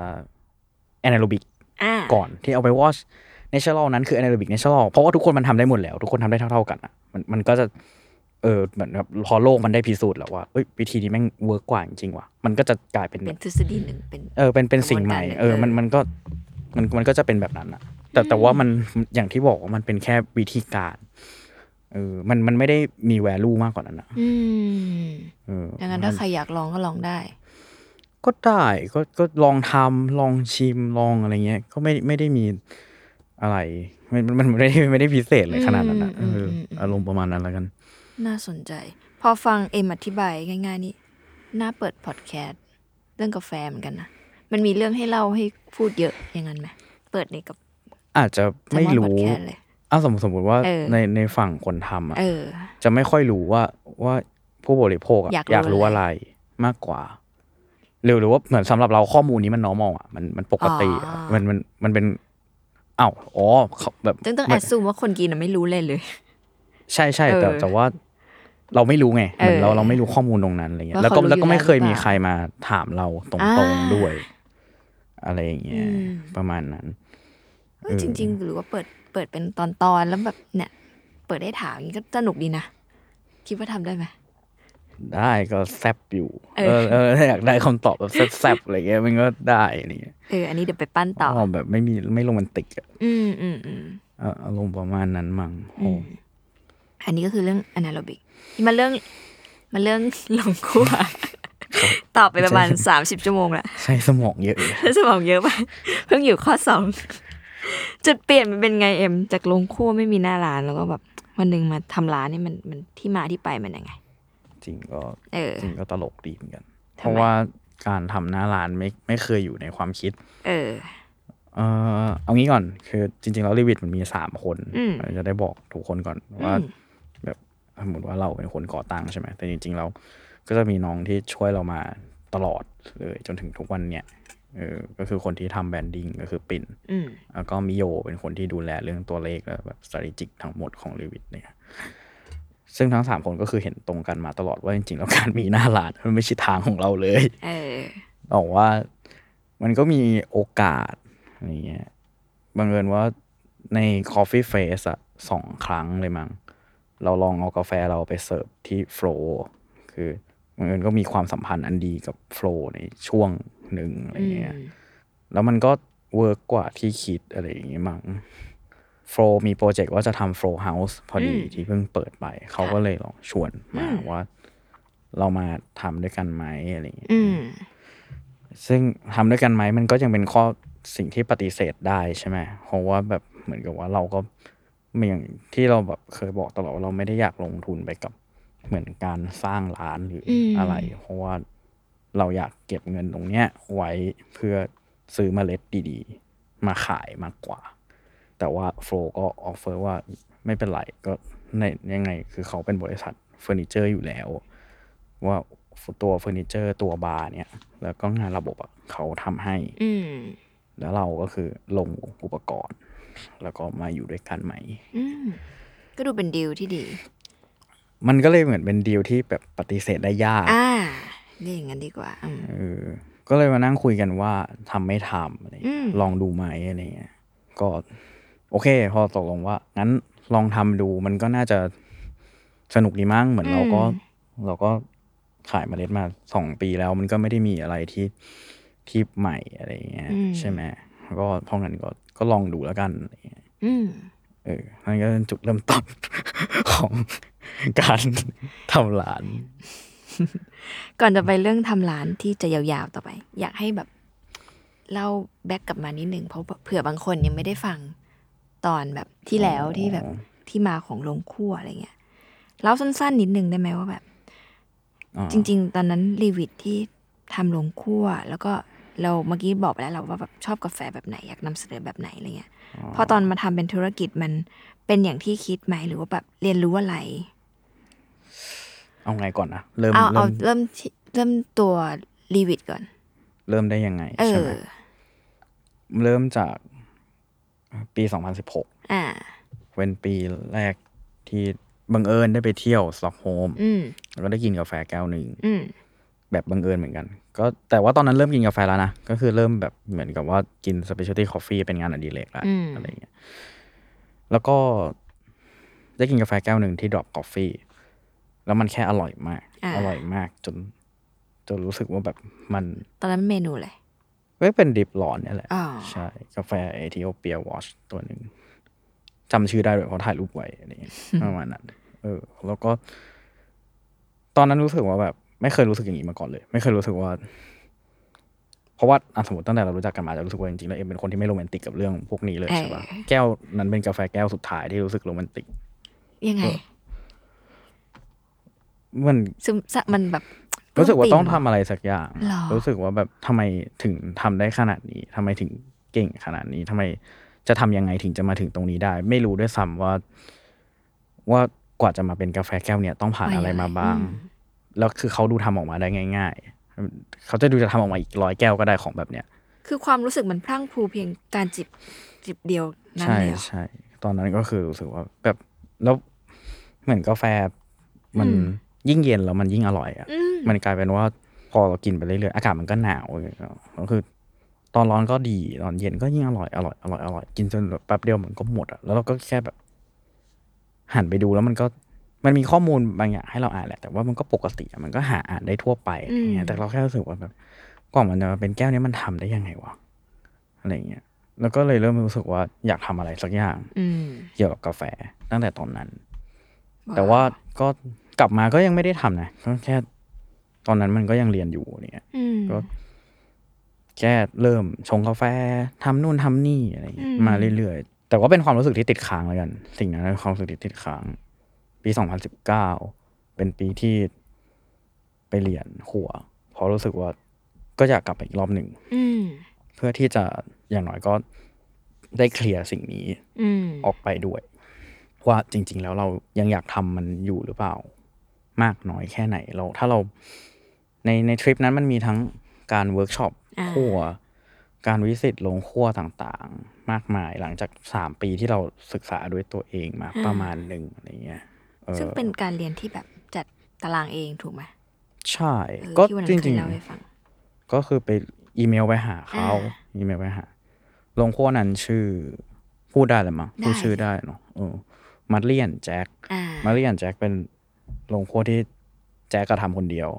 Speaker 3: anaerobic
Speaker 2: อ่า
Speaker 3: ก่อนที่เอาไป wash natural นั้นคือ anaerobic natural เพราะว่าทุกคนมันทำได้หมดแล้ว ทุกคนทำได้เท่าๆกันอ่ะ มันมันก็จะเออเหมือนแบบพอโลกมันได้พิสูจน์แล้วว่าเอ้ยวิธีนี้แม่งเวิร์กกว่าจริงๆว่ะมันก็จะกลายเป็นแบ
Speaker 2: เป็
Speaker 3: บ
Speaker 2: นทฤษฎีหนึ่งเป็น
Speaker 3: เออเป็นเป็นสิ่งใหม่
Speaker 2: กระบวนการ
Speaker 3: เออ
Speaker 2: เออ
Speaker 3: มันมันก็มันมันก็จะเป็นแบบนั้นอะแต่แต่ว่ามันอย่างที่บอกว่ามันเป็นแค่วิธีการเออมันมันไม่ได้มีแวลูมากกว่านั้นอะ
Speaker 2: อืม
Speaker 3: เออ
Speaker 2: ดังนั้นถ้าใครอยากลองก็ลองได้
Speaker 3: ก็ได้ก็ก็ลองทำลองชิมลองอะไรเงี้ย ก็ไม่ไม่ได้มีอะไรมันมันมันไม่ได้ไม่ได้พิเศษเลยขนาดนั้นอะเอ
Speaker 2: อืมอื
Speaker 3: อ
Speaker 2: มอืม
Speaker 3: อารมณ์ประมาณนั้นแล้วกัน
Speaker 2: น่าสนใจ พอฟังเอ็มอธิบายง่าย ๆ นี่น่าเปิดพอดแคสต์เรื่องกาแฟเหมือนกันนะ มันมีเรื่องให้เล่าให้พูดเยอะอย่างนั้นไหมเปิดในกับ
Speaker 3: อาจจะไม่
Speaker 2: พอด
Speaker 3: รู้
Speaker 2: แคสต์เลย
Speaker 3: อ้าวสมมติสมมติว่า
Speaker 2: เออ
Speaker 3: ในในฝั่งคนทำอะ
Speaker 2: เออ
Speaker 3: จะไม่ค่อยรู้ว่าว่าผู้บริโภคอะ
Speaker 2: อยากรู้
Speaker 3: อยากรู้อะไรมากกว่าหรือหรือว่าเหมือนสำหรับเราข้อมูลนี้มัน normal อ่ะมันมันปกติอะมันมันมันเป็น อ้าวอ๋อเขาแบบ
Speaker 2: ต้องต้องแอ
Speaker 3: ไม่
Speaker 2: ดซูมว่าคนกินน่ะไม่รู้เลยเลย
Speaker 3: ใช่ใช่แต่
Speaker 2: เออ
Speaker 3: แต่ว่าเราไม่รู้ไงเหมือน
Speaker 2: เออ
Speaker 3: เราเราไม่รู้ข้อมูลตรงนั้นอะไรเงี้ย
Speaker 2: ว่า
Speaker 3: แล้ว
Speaker 2: เขา
Speaker 3: ก็
Speaker 2: รู้
Speaker 3: แล้วก็ไม่เคย
Speaker 2: อยู่แล้วหรือเปล่ามี
Speaker 3: มีใครมาถามเราต
Speaker 2: อ่
Speaker 3: รง
Speaker 2: า
Speaker 3: ๆด้วย อะไรอย่างเงี้ย
Speaker 2: อืม
Speaker 3: ประมาณนั้น
Speaker 2: เออจริง ๆ หรือว่าเปิดเปิดเป็นตอนตอนๆแล้วแบบเนี่ย เปิดได้ถามอย่างนี้ก็สนุกดีนะ คิดว่าทำได้ไหม
Speaker 3: ได้ก็แซบอยู่
Speaker 2: เอ
Speaker 3: เอ
Speaker 2: อ
Speaker 3: อเออถ้ าอยากได้คำตอบแบบแซบๆอะไรเงี้ยมันก็ได้อะไรเงี้ย
Speaker 2: เออ อันนี้เดี๋ยวไปปั้นต่อ
Speaker 3: อ๋อแบบไม่มีไม่โรแมนติกอะ
Speaker 2: อืมอืมอืม
Speaker 3: เอออารมณ์ประมาณนั้นมั้งโอ้
Speaker 2: อันนี้ก็คือเรื่องอนาโรบิกมาเรื่องมาเรื่อง ลงคั่วตอบไปประมาณสามสิบชั่วโมงละ
Speaker 3: ใช้สมองเยอะเลย
Speaker 2: สมองเยอะมากเพิ่งอยู่ข้อสองจุดเปลี่ยนมันเป็นไงเอ็ม จากลงคั่วไม่มีหน้าร้านแล้วก็แบบวันหนึ่งมาทำร้านนี่มันมันที่มาที่ไปมันยังไง
Speaker 3: จริงก็
Speaker 2: เออ
Speaker 3: จริงก็ตลกดีเหมือนกัน
Speaker 2: ทำไม
Speaker 3: เพราะว่าการทำหน้าร้านไม่ไม่เคยอยู่ในความคิด
Speaker 2: เออ
Speaker 3: เออเอางี้ก่อน คือจริง ๆ แล้วรีวิทมันมีสามคน
Speaker 2: อืม
Speaker 3: เราจะได้บอกทุกคนก่อนว่าแบบสมมติว่าเราเป็นคนก่อตั้งใช่ไหมแต่จริงๆแล้วก็จะมีน้องที่ช่วยเรามาตลอดเลยจนถึงทุกวันเนี่ยเออก็คือคนที่ทำแบรนดิ้งก็คือปิ่น
Speaker 2: อืม
Speaker 3: แล้วก็มิโยเป็นคนที่ดูแลเรื่องตัวเลขและแบบ s t r a t e g i c ทั้งหมดของลิวิตเนี่ย ซึ่งทั้งสามคนก็คือเห็นตรงกันมาตลอดว่าจริงๆ แล้วการมีหน้าร้านมันไม่ใช่ทางของเราเลย
Speaker 2: เออ
Speaker 3: บอกว่ามันก็มีโอกาสอะไรเงี้ยบังเอิญว่าใน Coffee Face อะสองครั้งเลยมั้งเราลองเอากาแฟเราไปเสิร์ฟที่ Flow คือบังเอิญก็มีความสัมพันธ์อันดีกับ Flow ในช่วงหนึ่งอะไรเงี้ย แล้วมันก็เวิร์กกว่าที่คิดอะไรอย่างงี้มั้งโฟลมีโปรเจกต์ว่าจะทำโฟลเฮาส์พอดี
Speaker 2: อืม
Speaker 3: ที่เพิ่งเปิดไป เขาก็เลยลองชวนมา
Speaker 2: อืม
Speaker 3: ว่าเรามาทำด้วยกันไหมอะไรอย่างเงี้ย
Speaker 2: อืม
Speaker 3: ซึ่งทำด้วยกันไหมมันก็ยังเป็นข้อสิ่งที่ปฏิเสธได้ใช่ไหมเพราะว่าแบบเหมือนกับว่าเราก็ไม่อย่างที่เราแบบเคยบอกตลอดว่าเราไม่ได้อยากลงทุนไปกับเหมือนการสร้างร้านหรือ
Speaker 2: ม
Speaker 3: อะไร เพราะว่าเราอยากเก็บเงินตรงเนี้ยไว้เพื่อซื้อเมล็ดดีๆ มาขายมากกว่า แต่ว่าโฟลก็ออฟเฟอร์ว่าไม่เป็นไรก็ในยังไงคือเขาเป็นบริษัทเฟอร์นิเจอร์อยู่แล้ว ว่าตัวเฟอร์นิเจอร์ตัวบาร์เนี่ย แล้วก็งานระบบอะเขาทำให้
Speaker 2: อืม
Speaker 3: แล้วเราก็คือลงอุปกรณ์ แล้วก็มาอยู่ด้วยกันไหม
Speaker 2: อืม ก็ดูเป็นดีลที่ดี
Speaker 3: มันก็เลยเหมือนเป็นดีลที่แบบปฏิเสธได้ยาก
Speaker 2: อ่าเรียกอย่างนั้นดีกว่าอืม
Speaker 3: เออก็เลยมานั่งคุยกันว่าทำไม่ทำอะไร
Speaker 2: อื
Speaker 3: เงี้ย
Speaker 2: ม
Speaker 3: ลองดูไหมอะไรเงี้ยก็โอเค พอตกลงว่า งั้นลองทำดูมันก็น่าจะสนุกดีมั้งเหมือนเราก็ เราก็ขายเมล็ดมาสองปีแล้ว มันก็ไม่ได้มีอะไรที่ที่ใหม่อะไรเงี้ย
Speaker 2: อืม
Speaker 3: ใช่ไหมก็เพราะงั้นก็ก็ลองดูแล้วกันอะไรเงี้ย
Speaker 2: อืม
Speaker 3: เออนั่นก็เป็นจุดเริ่มต้น ของการทำร้าน
Speaker 2: ก่อนจะไปเรื่องทำร้านที่จะยาวๆต่อไป อยากให้แบบเล่าแบ็กกลับมานิดหนึ่งเพราะเผื่อบางคนยังไม่ได้ฟังตอนแบบที่แล้วที่แบบที่มาของลงคั่วอะไรเงี้ยเล่าสั้นๆนิดหนึ่งได้ไหมว่าแบบ
Speaker 3: อ่า
Speaker 2: จริง ๆ ตอนนั้นรีวิทที่ทำลงคั่ว แล้วก็เราเมื่อกี้บอกไปแล้วเราว่าแบบชอบกาแฟแบบไหน อยากนำเสนอแบบไหนอะไรเงี้ยพอตอนมาทำเป็นธุรกิจมันเป็นอย่างที่คิดไหมหรือว่าแบบเรียนรู้อะไร
Speaker 3: เอาไงก่อนนะเริ่ม
Speaker 2: เอาเอา
Speaker 3: เริ่ม
Speaker 2: เริ่มที่เริ่มตัวรีวิทก่อน
Speaker 3: เริ่มได้ยังไง
Speaker 2: เอ
Speaker 3: ใช่
Speaker 2: อ
Speaker 3: ไหมเริ่มจากปี 2016
Speaker 2: อ่า
Speaker 3: เป็นปีแรกที่บังเอิญได้ไปเที่ยวสต็อกโฮล์ม
Speaker 2: อืม
Speaker 3: แล้วก็ได้กินกาแฟแก้วหนึ่ง
Speaker 2: อืม
Speaker 3: แบบบังเอิญเหมือนกัน ก็แต่ว่าตอนนั้นเริ่มกินกาแฟแล้วนะ ก็คือเริ่มแบบเหมือนกับว่ากิน specialty coffee เป็นงานอดิเรกแล้ว
Speaker 2: อืม
Speaker 3: อะไรอย่างเงี้ย แล้วก็ได้กินกาแฟแก้วหนึ่งที่ drop coffee แล้วมันแค่อร่อยมาก
Speaker 2: อ่า
Speaker 3: อร่อยมากจน จนรู้สึกว่าแบบมัน
Speaker 2: ตอนนั้นเมนูอะไร
Speaker 3: ก็เป็นดิบหลอนเนี่ยแหละ
Speaker 2: อ๋อ
Speaker 3: ใช่ กาแฟเอธิโอเปียวอชตัวหนึ่งจำชื่อได้ด้วยเพราะถ่ายรูปไว้อะไรอย่า งเงี้ย ประมาณนั้น เออ แล้วก็ ตอนนั้นรู้สึกว่าแบบ ไม่เคยรู้สึกอย่างนี้มาก่อนเลย ไม่เคยรู้สึกว่า เพราะว่าอ่ะสมมติตั้งแต่เรารู้จักกันมาจะรู้สึกว่าจริงๆแล้วเอ็มเป็นคนที่ไม่โรแมนติกกับเรื่องพวกนี้เลยใช่ปะ
Speaker 2: เออ
Speaker 3: แก้วนั้นเป็นกาแฟแก้วสุดท้ายที่รู้สึกโรแมนติก
Speaker 2: ยังไง
Speaker 3: มัน
Speaker 2: ซึมซะมันแบบ
Speaker 3: รู้สึกว่าต้อง
Speaker 2: ป
Speaker 3: ทำ
Speaker 2: ลื้มปิ่ม
Speaker 3: อะไรสักอย่าง
Speaker 2: หรอ
Speaker 3: รู้สึกว่าแบบทำไมถึงทำได้ขนาดนี้ทำไมถึงเก่งขนาดนี้ทำไมจะทำยังไงถึงจะมาถึงตรงนี้ได้ ไม่รู้ด้วยซ้ำว่า ว่ากว่าจะมาเป็นกาแฟแก้วเนี่ยต้องผ่านอะไรมาบ้าง แล้วคือเขาดูทำออกมาได้ง่าย ๆ เขาจะดูจะทำออกมาอีกร้อยแก้วก็ได้ของแบบเนี้ย
Speaker 2: คือความรู้สึกมันพรั่งพรูเพียงการจิบจิบเดียว นั่น
Speaker 3: ใช่
Speaker 2: เลยเหรอ
Speaker 3: ใช่ตอนนั้นก็คือรู้สึกว่าแบบแล้วเหมือนกาแฟมัน
Speaker 2: อืม
Speaker 3: ยิ่งเย็นแล้วมันยิ่งอร่อยอ่ะ
Speaker 2: อืม
Speaker 3: มันกลายเป็นว่าพอเรากินไปเรื่อยๆ อากาศมันก็หนาวอย่างเงี้ยก็คือ ตอนร้อนก็ดี ตอนเย็นก็ยิ่งอร่อยอร่อยอร่อยอร่อยกินจนแบบแป๊บเดียวมันก็หมดอ่ะแล้วเราก็แค่แบบ หันไปดูแล้วมันก็มันมีข้อมูลบางอย่างให้เราอ่านแหละ แต่ว่ามันก็ปกติอะมันก็หาอ่านได้ทั่วไปอะไรเงี้ยแต่เราแค่รู้สึกว่าแบบกล่องมันจะมาเป็นแก้วเนี้ยมันทำได้ยังไงวะอะไรเงี้ยแล้วก็เลยเริ่มรู้สึกว่าอยากทำอะไรสักอย่าง
Speaker 2: อืม
Speaker 3: เกี่ยวกับกาแฟตั้งแต่ตอนนั้น แต่ว่าก็กลับมาก็ยังไม่ได้ทำนะก็แค่ ตอนนั้นมันก็ยังเรียนอยู่เนี่ย
Speaker 2: อืม
Speaker 3: ก็ แค่เริ่มชงกาแฟทำนู่นทำนี่อะไรอย่างเงี้ย
Speaker 2: อืม
Speaker 3: มาเรื่อยๆ แต่ว่าเป็นความรู้สึกที่ติดค้างแล้วกัน สิ่งนั้นเป็นความรู้สึกที่ติดค้าง ปี 2019 เป็นปีที่ไปเรียนหัวเพราะรู้สึกว่าก็อยากกลับไปอีกรอบหนึ่ง
Speaker 2: อืม
Speaker 3: เพื่อที่จะอย่างน้อยก็ได้เคลียร์สิ่งนี้
Speaker 2: อืม
Speaker 3: ออกไปด้วย ว่าจริง ๆ แล้วเรายังอยากทำมันอยู่หรือเปล่า มากน้อยแค่ไหนเรา ถ้าเราในในทริปนั้นมันมีทั้งการเวิร์กช็อป
Speaker 2: อ่า
Speaker 3: คั่วการวิสิตลงคั่วต่างๆ มากมายหลังจากสามปีที่เราศึกษาด้วยตัวเองมาประมาณหนึ่งอะไรเงี้ยออ
Speaker 2: ซึ่งเป็นการเรียนที่แบบจัดตารางเองถูกไหม
Speaker 3: ใช่
Speaker 2: เออ
Speaker 3: ก็
Speaker 2: ที่วันนั้
Speaker 3: จ
Speaker 2: นเค
Speaker 3: ริ
Speaker 2: ย
Speaker 3: ง
Speaker 2: เล่าให้ฟัง
Speaker 3: ๆ ก็คือไปอีเมลไปหาเขา
Speaker 2: อ่า
Speaker 3: อีเมลไปหา ลงคั่วนั้นชื่อ พูดได้หรือมั้งพูด
Speaker 2: ได้
Speaker 3: ชื่อได้เนาะเออมัดเลียนแจ็ค
Speaker 2: อ่า
Speaker 3: มารี่กับแจ็คเป็นลงโคตรที่แจ็คกระทำคนเดียว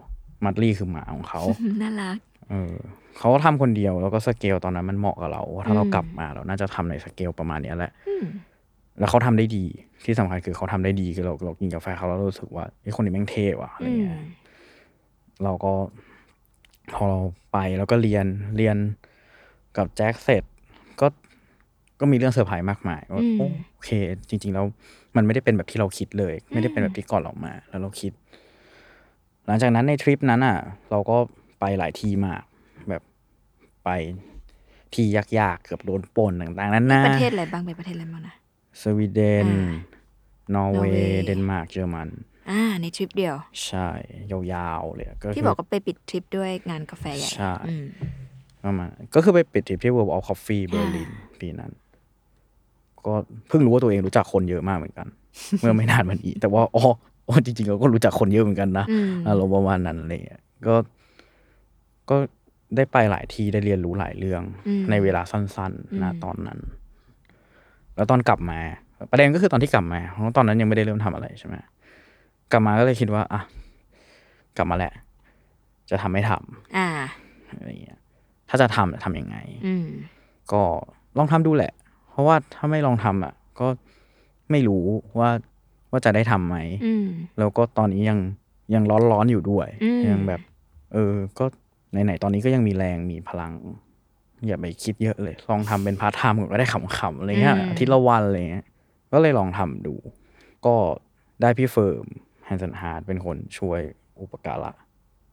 Speaker 3: มัดลี่คือหมาของ เขา
Speaker 2: น่ารัก
Speaker 3: เออเขาทำคนเดียวแล้วก็สเกลตอนนั้นมันเหมาะกับเราว่าถ้าเรา
Speaker 2: อืม
Speaker 3: กลับมาเราน่าจะทำในสเกลประมาณเนี้ยแหละ
Speaker 2: อืม
Speaker 3: แล้วเขาทำได้ดีที่สำคัญคือเขาทำได้ดีคือเราเรากินกาแฟเขาแล้วเรารู้สึกว่าไอ้ยคนนี้แม่งเท่ว่ะอะไร
Speaker 2: อืม
Speaker 3: เงี้ยเราก็พอเราไปแล้วก็เรียนเรียนกับแจ็คเสร็จก็ก็มีเรื่องเซอร์ไพรส์มากมายว่าโอ้โอเค จริง ๆ แล้วมันไม่ได้เป็นแบบที่เราคิดเลย ไม่ได้เป็นแบบที่ก่อนเรามา แล้วเราคิด หลังจากนั้นในทริปนั้นอ่ะ เราก็ไปหลายที่มาก แบบไปที่ยากๆเกือบโดนปล้นต่างๆนั่นนะ
Speaker 2: ประเทศอะไรบ้างไปประเทศอะไรบ้างนะ
Speaker 3: สวีเดน
Speaker 2: อ่าน
Speaker 3: อร์เว
Speaker 2: อ
Speaker 3: น
Speaker 2: ร์เวย์
Speaker 3: ย์ เดนมาร์ก เยอรมัน
Speaker 2: อ่า ในทริปเดียว
Speaker 3: ใช่ ยาวๆเลยก็คื
Speaker 2: ที่
Speaker 3: อ
Speaker 2: บอกว่าไปปิดทริปด้วยงานกาแฟใหญ่
Speaker 3: ใช่
Speaker 2: อืม
Speaker 3: ประมาณก็คือไปปิดทริปที่ World of Coffee เบอร์ลินปีนั้น ก็เพิ่งรู้ว่าตัวเองรู้จักคนเยอะมากเหมือนกัน เมื่อไม่นานมานี้ แต่ว่าอ๋ออ๋อจริงๆเราก็รู้จักคนเยอะเหมือนกันนะ
Speaker 2: อืม
Speaker 3: อารมณ์ประมาณนั้นอะไรอย่างเลยก็ก็ได้ไปหลายที่ได้เรียนรู้หลายเรื่อง ในเวลาสั้นๆนะตอนนั้น แล้วตอนกลับมา ประเด็นก็คือตอนที่กลับมาเพราะตอนนั้นยังไม่ได้เริ่มทำอะไรใช่ไหมกลับมาก็เลยคิดว่า อ่ะ กลับมาแหละ จะทำไม่ทำ
Speaker 2: อ่า
Speaker 3: อะไรอย่างเงี้ยถ้าจะทำจะทำยังไง
Speaker 2: อืม
Speaker 3: ก็ลองทำดูแหละ เพราะว่าถ้าไม่ลองทำอ่ะ ก็ไม่รู้ว่าว่าจะได้ทำไหม
Speaker 2: อืม
Speaker 3: แล้วก็ตอนนี้ยังยังร้อนร้อนๆอยู่ด้วย
Speaker 2: อืม
Speaker 3: ยังแบบ เออ ก็ไหนๆตอนนี้ก็ยังมีแรงมีพลัง อย่าไปคิดเยอะเลย ลองทำเป็นพาร์ทไทม์ก่อนก็ได้ขำๆอะไรเงี้ยอาทิตย์ละวันอะไรเงี้ยก็เลยลองทำดู ก็ได้พี่เฟิร์มแฮนสันฮาร์ดเป็นคนช่วยอุปการะ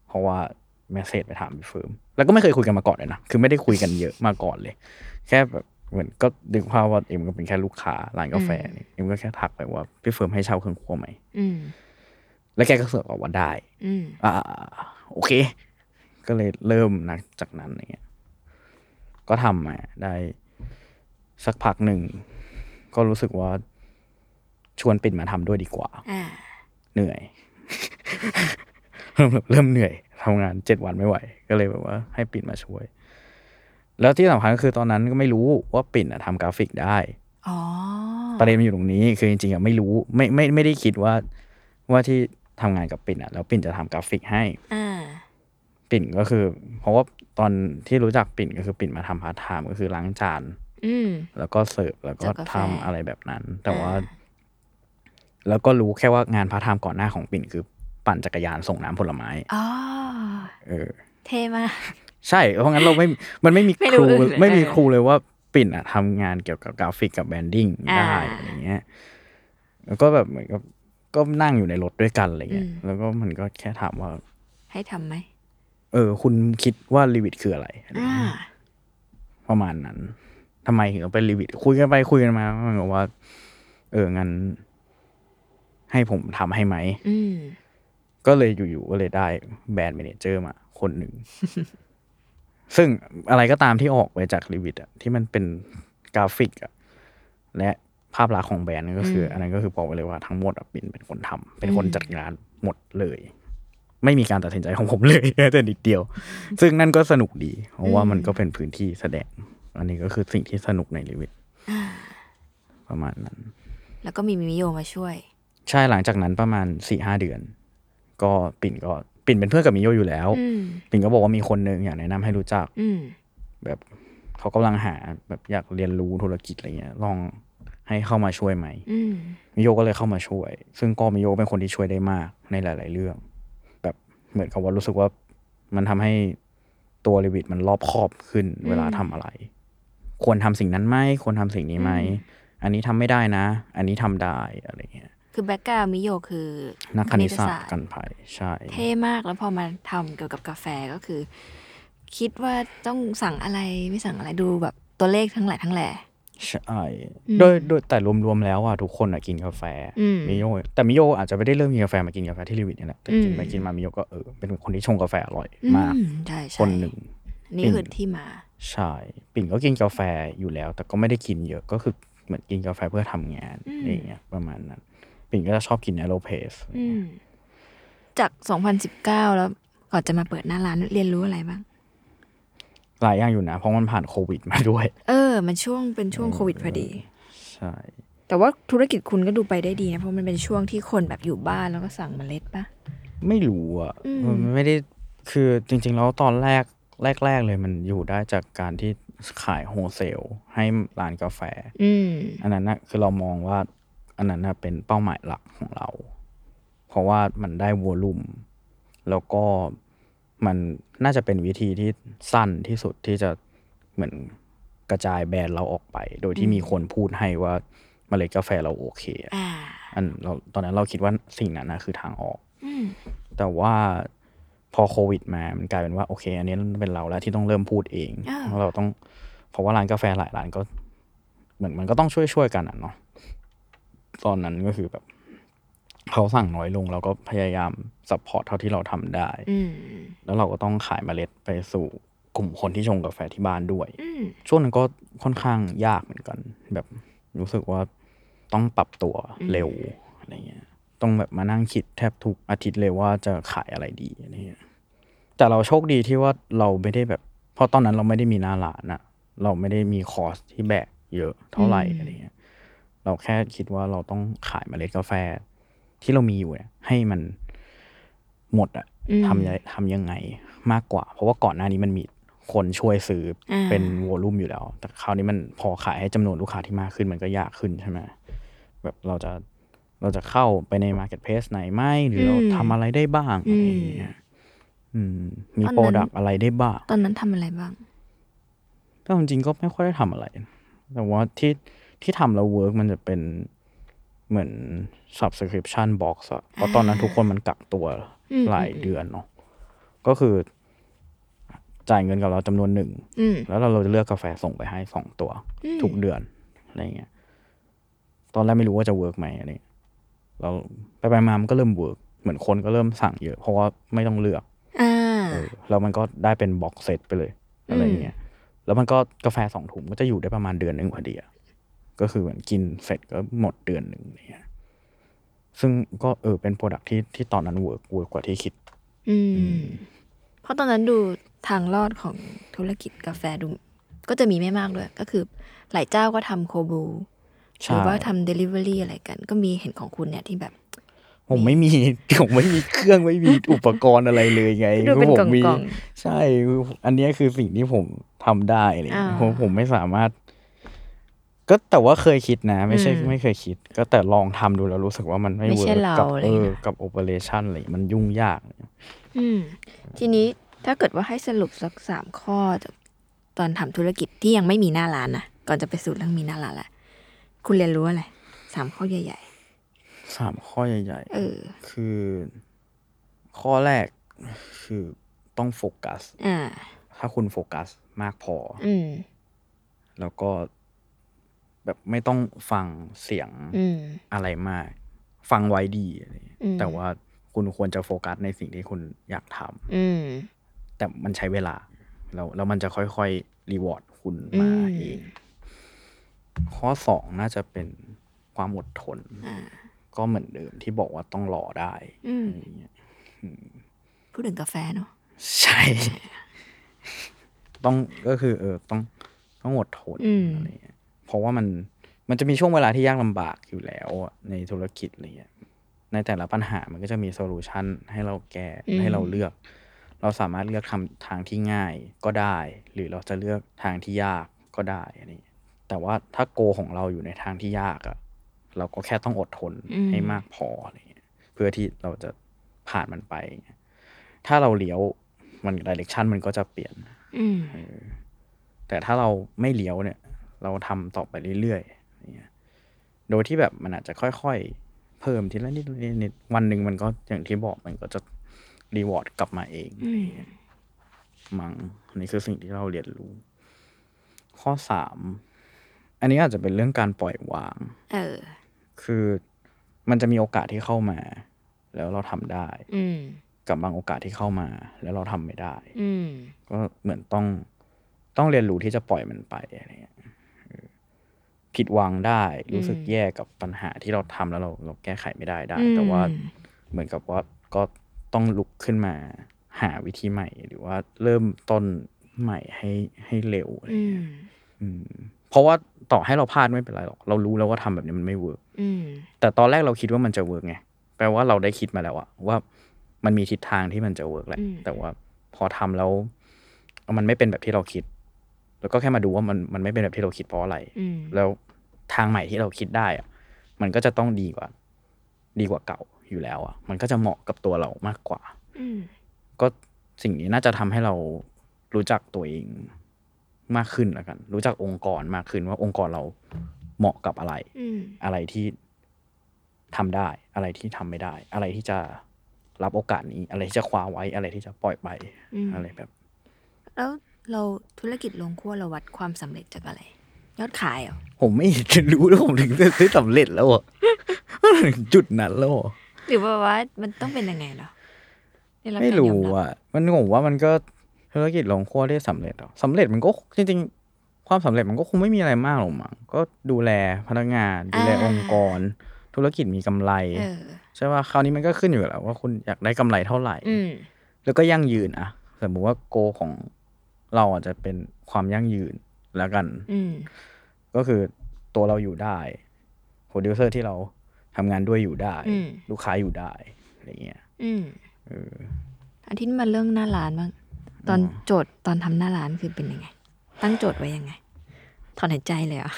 Speaker 3: เพราะว่าเมสเซจไปถามพี่เฟิร์มแล้วก็ไม่เคยคุยกันมาก่อนเลยนะ คือไม่ได้คุยกันเยอะมาก่อนเลย แค่แบบเหมือนก็ดึงภาพว่าเอ็มก็เป็นแค่ลูกค้าร้านกาแฟนี่เอ็มก็แค่ทักไปว่าพี่เฟิร์มให้เช่าเครื่องครัวไหม
Speaker 2: อืม
Speaker 3: แล้วแกก็เสือกบอกว่าได้
Speaker 2: อืม
Speaker 3: อ่า โอเค ก็เลยเริ่มนะจากนั้นอะไรเงี้ย ก็ทำมาได้สักพักหนึ่ง ก็รู้สึกว่าชวนปิ่นมาทำด้วยดีกว่า
Speaker 2: อ่า
Speaker 3: เหนื่อย เริ่มเริ่มเหนื่อยทำงานเจ็ดวันไม่ไหว ก็เลยแบบว่า ให้ปิ่นมาช่วย แล้วที่สำคัญก็คือตอนนั้นก็ไม่รู้ว่าปิ่นอะทำกราฟิกได้
Speaker 2: อ๋อ
Speaker 3: ประเด็นมันอยู่ตรงนี้คือจริงๆอะไม่รู้ไม่ไม่ไม่ได้คิดว่าว่าที่ทำงานกับปิ่นอะแล้วปิ่นจะทำกราฟิกให้
Speaker 2: อ่า
Speaker 3: ปิ่นก็คือ เพราะว่าตอนที่รู้จักปิ่นก็คือปิ่นมาทำพาร์ทไทม์ก็คือล้างจาน
Speaker 2: อืม
Speaker 3: แล้วก็เสิร์ฟแล้วก็
Speaker 2: เสิร์ฟกาแฟ
Speaker 3: ทำอะไรแบบนั้น แต่ว่า
Speaker 2: อ่า
Speaker 3: แล้วก็รู้แค่ว่างานพาร์ทไทม์ก่อนหน้าของปิ่นคือปั่นจักรยานส่งน้ำผลไม้
Speaker 2: อ๋อ
Speaker 3: เออ
Speaker 2: เท่มาก
Speaker 3: ใช่ เพราะงั้นเราไม่ มันไม่มี
Speaker 2: ไม่
Speaker 3: ค
Speaker 2: รู้
Speaker 3: รู
Speaker 2: อื่นเลย
Speaker 3: ไม่มี
Speaker 2: เออ
Speaker 3: ครูเลยว่าปิ่นอะทำงานเกี่ยวกับกราฟิกกับแบรนดิ้ง
Speaker 2: อ่า
Speaker 3: ได้อะไรเงี้ย แล้วก็แบบเหมือนกับก็นั่งอยู่ในรถด้วยกันอะไรเงี้ย
Speaker 2: อืม
Speaker 3: แล้วก็มันก็แค่ถามว่า
Speaker 2: ให้ทำไหม
Speaker 3: เออ คุณคิดว่าลิวิตคืออะไรอะไร
Speaker 2: อ่า
Speaker 3: เงี้ย ประมาณนั้น ทำไมถึงเอาไป็นรีวิตคุยกันไปคุยกันมามันบอกว่า เออ งั้น ให้ผมทำให้ไหม
Speaker 2: อืม
Speaker 3: ก็เลยอยู่ๆก็เลยได้แบรนด์เมเนเจอร์มาคนหนึ่ง ซึ่งอะไรก็ตามที่ออกไปจากรีวิตอะที่มันเป็นกราฟิกอะ และภาพลักษณ์ของแบรนด์ก็คืออ
Speaker 2: ม
Speaker 3: อันนั้นก็คือบอกไว้เลยว่าทั้งหมดอะปินเป็นคนทำเป็นคน
Speaker 2: อืม
Speaker 3: จัดงานหมดเลย ไม่มีการตัดสินใจของผมเลย แม้แต่นิดเดียว ซึ่งนั่นก็สนุกดีเพราะว่ามันก็เป็นพื้นที่แสดง อันนี้ก็คือสิ่งที่สนุกในชีวิตประมาณนั้น
Speaker 2: แล้วก็มีมิมิโยมาช่วย
Speaker 3: ใช่หลังจากนั้นประมาณสี่ห้าเดือน ก็ปิ่นก็ปิ่นเป็นเพื่อนกับมิโยอยู่แล้ว
Speaker 2: อืม
Speaker 3: ปิ่นก็บอกว่ามีคนหนึ่งอยากแนะนำให้รู้จัก
Speaker 2: อืม
Speaker 3: แบบเขากำลังหาแบบอยากเรียนรู้ธุรกิจอะไรเงี้ยลองให้เข้ามาช่วยไหม
Speaker 2: อืม
Speaker 3: มิโยก็เลยเข้ามาช่วย ซึ่งก็มิโยเป็นคนที่ช่วยได้มากในหลาย ๆ เรื่อง แบบเหมือนกับว่ารู้สึกว่ามันทำให้ตัวเรวิตมันรอบคอบขึ้นเวลาทำอะไร ควรทำสิ่งนั้นไหมควรทำสิ่งนี้ไหม
Speaker 2: อืม
Speaker 3: อันนี้ทำไม่ได้นะ อันนี้ทำได้อะไรเงี้ย
Speaker 2: คือแบ็กกราวมิโยคือ
Speaker 3: นักคณิตศาสตร์กันภัยใช่
Speaker 2: เท่มากแล้วพอมาทำเกี่ยวกับกาแฟก็คือ คิดว่าต้องสั่งอะไรไม่สั่งอะไรดูแบบตัวเลขทั้งหลายทั้งแหล่
Speaker 3: ใช่
Speaker 2: อืม
Speaker 3: โดยโดยแต่รวมๆแล้วอ่ะทุกคนอ่ะกินกาแฟ
Speaker 2: อืม
Speaker 3: มิโยแต่มิโยอาจจะไม่ได้เริ่มกินกาแฟมากินกาแฟที่ลิวิตเนี่ยแหละแต่กิน
Speaker 2: อืม
Speaker 3: ไปกินมามิโยก็เออเป็นคนที่ชงกาแฟอร่อยมาก
Speaker 2: อืใช่ใช่
Speaker 3: คนหนึ่ง
Speaker 2: นี่คือที่มา
Speaker 3: ใช่ปิ่นก็กินกาแฟอยู่แล้ว แต่ก็ไม่ได้กินเยอะก็คือเหมือนกินกาแฟเพื่อทำงาน
Speaker 2: อืม
Speaker 3: อะไรอย่างเงี้ยประมาณนั้น ปิ่นก็จะชอบกินแอโรเพส
Speaker 2: อืม จาก 2019 แล้วก่อนจะมาเปิดหน้าร้านเรียนรู้อะไรบ้าง
Speaker 3: หลายอย่างอยู่นะ เพราะมันผ่านโควิดมาด้วย
Speaker 2: เออ มันช่วงเป็นช่วงโควิดพอดี
Speaker 3: ใช่
Speaker 2: แต่ว่าธุรกิจคุณก็ดูไปได้ดีนะ เพราะมันเป็นช่วงที่คนแบบอยู่บ้านแล้วก็สั่งเมล็ดปะ
Speaker 3: ไม่รู้อ่ะ
Speaker 2: อืม
Speaker 3: มันไม่ได้คือจริง ๆ แล้วตอนแรกแรก ๆ เลยมันอยู่ได้จากการที่ขายโฮเซลให้ร้านกาแฟ
Speaker 2: อืม
Speaker 3: อันนั้นนะคือเรามองว่าอันนั้นนะเป็นเป้าหมายหลักของเรา เพราะว่ามันได้วอลลุ่มแล้วก็มันน่าจะเป็นวิธีที่สั้นที่สุดที่จะเหมือนกระจายแบรนด์เราออกไป โดยที่มีคนพูดให้ว่าเมล็ดกาแฟเราโอเคอะ
Speaker 2: อ่า
Speaker 3: อันเราตอนนั้นเราคิดว่าสิ่งนั้นนะคือทางออก
Speaker 2: อืม
Speaker 3: แต่ว่าพอโควิดมา มันกลายเป็นว่าโอเค อันนี้มันเป็นเราแล้วที่ต้องเริ่มพูดเอง
Speaker 2: อ่า
Speaker 3: เพราะเราต้อง เพราะว่าร้านกาแฟหลายร้านก็ เหมือนมันก็ต้องช่วยช่วยๆกันอ่ะเนาะ ตอนนั้นก็คือแบบเขาสั่งน้อยลงเราก็พยายามซัพพอร์ตเท่าที่เราทำได้
Speaker 2: อืม
Speaker 3: แล้วเราก็ต้องขายเมล็ดไปสู่กลุ่มคนที่ชงกาแฟที่บ้านด้วย
Speaker 2: อืม
Speaker 3: ช่วงนั้นก็ค่อนข้างยากเหมือนกัน แบบรู้สึกว่าต้องปรับตัวเร็วอะไรเงี้ย ต้องแบบมานั่งคิดแทบทุกอาทิตย์เลยว่าจะขายอะไรดีอะไรเงี้ยแต่เราโชคดีที่ว่าเราไม่ได้แบบ เพราะตอนนั้นเราไม่ได้มีหน้าร้านอะเราไม่ได้มีคอร์สที่แบกเยอะเท่าไหร่
Speaker 2: อืม
Speaker 3: อะไรเงี้ย เราแค่คิดว่าเราต้องขายเมล็ดกาแฟที่เรามีอยู่เนี่ยให้มันหมดอะ
Speaker 2: อืม
Speaker 3: ทำยังทำยังไงมากกว่า เพราะว่าก่อนหน้านี้มันมีคนช่วยซื้ออา เป็นวอลลุ่มอยู่แล้ว แต่คราวนี้มันพอขายให้จำนวนลูกค้าที่มากขึ้นมันก็ยากขึ้นใช่ไหมแบบเราจะเราจะเข้าไปใน Market p l a c e ไหนไหมหรือเราทำอะไรได้บ้างอะไรอย่างเงี้ยอืมมีโปรดักอะไรได้บ้าง
Speaker 2: ตอนนั้นทำอะไรบ้าง
Speaker 3: ก็จริงๆก็ไม่ค่อยได้ทำอะไร แต่ว่าที่ที่ทำแล้วเวิร์กมันจะเป็นเหมือน subscription box อะเพราะตอนนั้นทุกคนมันกักตัว
Speaker 2: อืม
Speaker 3: หลายเดือนเนาะ ก็คือ จ่ายเงินกับเราจำนวนหนึ่ง
Speaker 2: อืม
Speaker 3: แล้วเราเราจะเลือกกาแฟส่งไปให้สองตัว
Speaker 2: อืม
Speaker 3: ทุกเดือนอะไรเงี้ย ตอนแรกไม่รู้ว่าจะเวิร์กไหมอันนี้เราไปไปๆมามันก็เริ่มเวิร์กเหมือนคนก็เริ่มสั่งเยอะ เพราะว่าไม่ต้องเลือก
Speaker 2: อ่า
Speaker 3: เออแล้วมันก็ได้เป็นบ็อกเซตไปเลย อะไรอย่างเงี้ย แล้วมันก็กาแฟสองถุงก็จะอยู่ได้ประมาณเดือนหนึ่งพอดีอะก็คือเหมือนกินเสร็จก็หมดเดือนหนึ่งเนี่ยซึ่งก็เออเป็นโปรดักที่ที่ตอนนั้นเวิร์กเวิร์กกว่าที่คิด
Speaker 2: อืม เพราะตอนนั้นดูทางรอดของธุรกิจกาแฟดู ก็จะมีไม่มากด้วย ก็คือ หลายเจ้าก็ทำโคบูห
Speaker 3: ใช่
Speaker 2: รือว่าทำเดลิเวอรี่อะไรกัน ก็มีเห็นของคุณเนี่ยที่แบบ
Speaker 3: ผมไม่มี ผมไม่มีเครื่องไม่มีอุปกรณ์อะไรเลยไง
Speaker 2: ดูเป็น
Speaker 3: ผมมี
Speaker 2: กล่อง
Speaker 3: ใช่คืออันเนี้ยคือสิ่งที่ผมทำได้เลย
Speaker 2: อ่า
Speaker 3: ผมผมไม่สามารถ ก็แต่ว่าเคยคิดนะ ไม่ใช่
Speaker 2: อืม
Speaker 3: ไม่เคยคิด ก็แต่ลองทำดูแล้วรู้สึกว่ามันไม่
Speaker 2: ไม่
Speaker 3: เวิ
Speaker 2: ใช่
Speaker 3: ร์ก
Speaker 2: เรา
Speaker 3: กั
Speaker 2: อะไร
Speaker 3: เอ
Speaker 2: อย่าง
Speaker 3: อ
Speaker 2: เงี้ย
Speaker 3: กับโอเปอเรชันอะไรอย่างเงี้ยมันยุ่งยาก
Speaker 2: อืม ทีนี้ถ้าเกิดว่าให้สรุปสักสามข้อจากตอนทำธุรกิจที่ยังไม่มีหน้าร้านนะก่อนจะไปสู่เรื่องมีหน้าร้านละคุณเรียนรู้อะไรสามข้อใหญ่
Speaker 3: สามข้อใหญ่
Speaker 2: ๆ เออ
Speaker 3: ๆ คือ ข้อแรกคือต้องโฟกัส
Speaker 2: อ่า
Speaker 3: ถ้าคุณโฟกัสมากพอ
Speaker 2: อืม
Speaker 3: แล้วก็แบบไม่ต้องฟังเสียง
Speaker 2: อืม
Speaker 3: อะไรมาก ฟังไว้ดีอะไรอย่างเงี้ย
Speaker 2: อืม
Speaker 3: แต่ว่าคุณควรจะโฟกัสในสิ่งที่คุณอยากท
Speaker 2: อืม
Speaker 3: ำแต่มันใช้เวลา แล้วแล้วมันจะค่อยๆ รีวอร์ดคุณมา
Speaker 2: อืม
Speaker 3: เอง ข้อสองน่าจะเป็นความอดทน
Speaker 2: อ่า
Speaker 3: ก็เหมือนเดิมที่บอกว่าต้องรอได้
Speaker 2: อืม
Speaker 3: อะไรอย่างเงี้ย
Speaker 2: พูดถึงกาแฟเนาะ
Speaker 3: ใช่ ต้องก็คือ เออต้องต้องอดทน
Speaker 2: อืม
Speaker 3: อะไรเงี้ยเพราะว่ามันมันจะมีช่วงเวลาที่ยากลำบากอยู่แล้วอะในธุรกิจอะไรเงี้ยในแต่ละปัญหามันก็จะมีโซลูชันให้เราแก้
Speaker 2: อืม
Speaker 3: ให้เราเลือก เราสามารถเลือกทำทางที่ง่ายก็ได้ หรือเราจะเลือกทางที่ยากก็ได้อะไรเงี้ยแต่ว่าถ้าโกของเราอยู่ในทางที่ยากอะเราก็แค่ต้องอดทน
Speaker 2: อืม
Speaker 3: ให้มากพออะไรเงี้ยเพื่อที่เราจะผ่านมันไป ถ้าเราเลี้ยวมันดิเรกชันมันก็จะเปลี่ยน
Speaker 2: อืม
Speaker 3: แต่ถ้าเราไม่เลี้ยวเนี่ย เราทำต่อไปเรื่อยๆอย่างเงี้ยโดยที่แบบมันอาจจะค่อยๆ เพิ่มทีละนิดทีละนิดวันหนึ่งมันก็อย่างที่บอกมันก็จะรีวอร์ดกลับมาเอง
Speaker 2: อืม
Speaker 3: มังอันนี้คือสิ่งที่เราเรียนรู้ ข้อสามอันนี้อาจจะเป็นเรื่องการปล่อยวาง
Speaker 2: เออ
Speaker 3: คือมันจะมีโอกาสที่เข้ามา แล้วเราทำได้
Speaker 2: อืม
Speaker 3: กับบางโอกาสที่เข้ามา แล้วเราทำไม่ได้
Speaker 2: อืม
Speaker 3: ก็เหมือนต้องต้องเรียนรู้ที่จะปล่อยมันไปอะไรเงี้ยเออผิดหวังได้ รู้สึก
Speaker 2: อืม
Speaker 3: แย่กับปัญหาที่เราทำแล้วเราเราแก้ไขไม่ได้ได้ แต่ว่า
Speaker 2: อืม
Speaker 3: เหมือนกับว่าก็ต้องลุกขึ้นมา หาวิธีใหม่ หรือว่าเริ่มต้นใหม่ให้ให้เร็วอะไร
Speaker 2: อื
Speaker 3: เงี้ย
Speaker 2: ม
Speaker 3: อืมเพราะว่าต่อให้เราพลาดไม่เป็นไรหรอก เรารู้แล้วว่าทำแบบนี้มันไม่เวิร์ก
Speaker 2: อืม
Speaker 3: แต่ตอนแรกเราคิดว่ามันจะเวิร์กไงแปลว่าเราได้คิดมาแล้วอะว่ามันมีทิศทางที่มันจะเวิร์กแหละ
Speaker 2: อืม
Speaker 3: แต่ว่าพอทำแล้ว มันไม่เป็นแบบที่เราคิด แล้วก็แค่มาดูว่ามันมันไม่เป็นแบบที่เราคิดเพราะอะไร
Speaker 2: อืม
Speaker 3: แล้วทางใหม่ที่เราคิดได้อะมันก็จะต้องดีกว่า ดีกว่าเก่าอยู่แล้วอะมันก็จะเหมาะกับตัวเรามากกว่า
Speaker 2: อืม
Speaker 3: ก็สิ่งนี้น่าจะทำให้เรารู้จักตัวเองมากขึ้นแล้วกัน รู้จักองค์กรมากขึ้นว่าองค์กรเราเหมาะกับอะไร
Speaker 2: อืม
Speaker 3: อะไรที่ทำได้ อะไรที่ทำไม่ได้ อะไรที่จะรับโอกาสนี้ อะไรที่จะคว้าไว้อะไรที่จะปล่อยไป
Speaker 2: อืม
Speaker 3: อะไรแบบ
Speaker 2: แล้วเราธุรกิจลงคั่วเราวัดความสำเร็จจากอะไร ยอดขายเหรอ
Speaker 3: ผมไม่จะรู้แล้วผมถึงจะซื้อสำเร็จแล้วอ่ะมันถึงจุดนั้นแล้วอะ
Speaker 2: หรือว่าว่ามันต้องเป็นยังไงเหรอด้บกา
Speaker 3: ไม่
Speaker 2: ยอ
Speaker 3: รู้
Speaker 2: บ
Speaker 3: อ่ะ มันผมว่ามันก็ธุรกิจลงขั้วได้สำเร็จหรอสำเร็จมันก็จริงๆ ความสำเร็จมันก็คงไม่มีอะไรมากหรอกมั้งก็ดูแลพนักงาน ดูแล
Speaker 2: อ่า
Speaker 3: องค์กร ธุรกิจมีกำไร
Speaker 2: เออ
Speaker 3: ใช่ป่ะคราวนี้มันก็ขึ้นอยู่กับแล้วว่าคุณอยากได้กำไรเท่าไหร่
Speaker 2: อืม
Speaker 3: แล้วก็ยั่งยืนอะสมมุติว่าโกของเราอาจจะเป็นความยั่งยืนแล้วกัน
Speaker 2: อืม
Speaker 3: ก็คือตัวเราอยู่ได้โปรดิวเซอร์ที่เราทำงานด้วยอยู่ได้
Speaker 2: อืม
Speaker 3: ลูกค้าอยู่ได้อะไรเงี้ย
Speaker 2: อืม
Speaker 3: เออ
Speaker 2: อันที่มาเรื่องหน้าร้านบ้างตอน
Speaker 3: อ๋อ
Speaker 2: โจทย์ตอนทำหน้าร้านคือเป็นยังไง ตั้งโจทย์ไว้ยังไง ถอนหายใจเลยเหรอ่ะ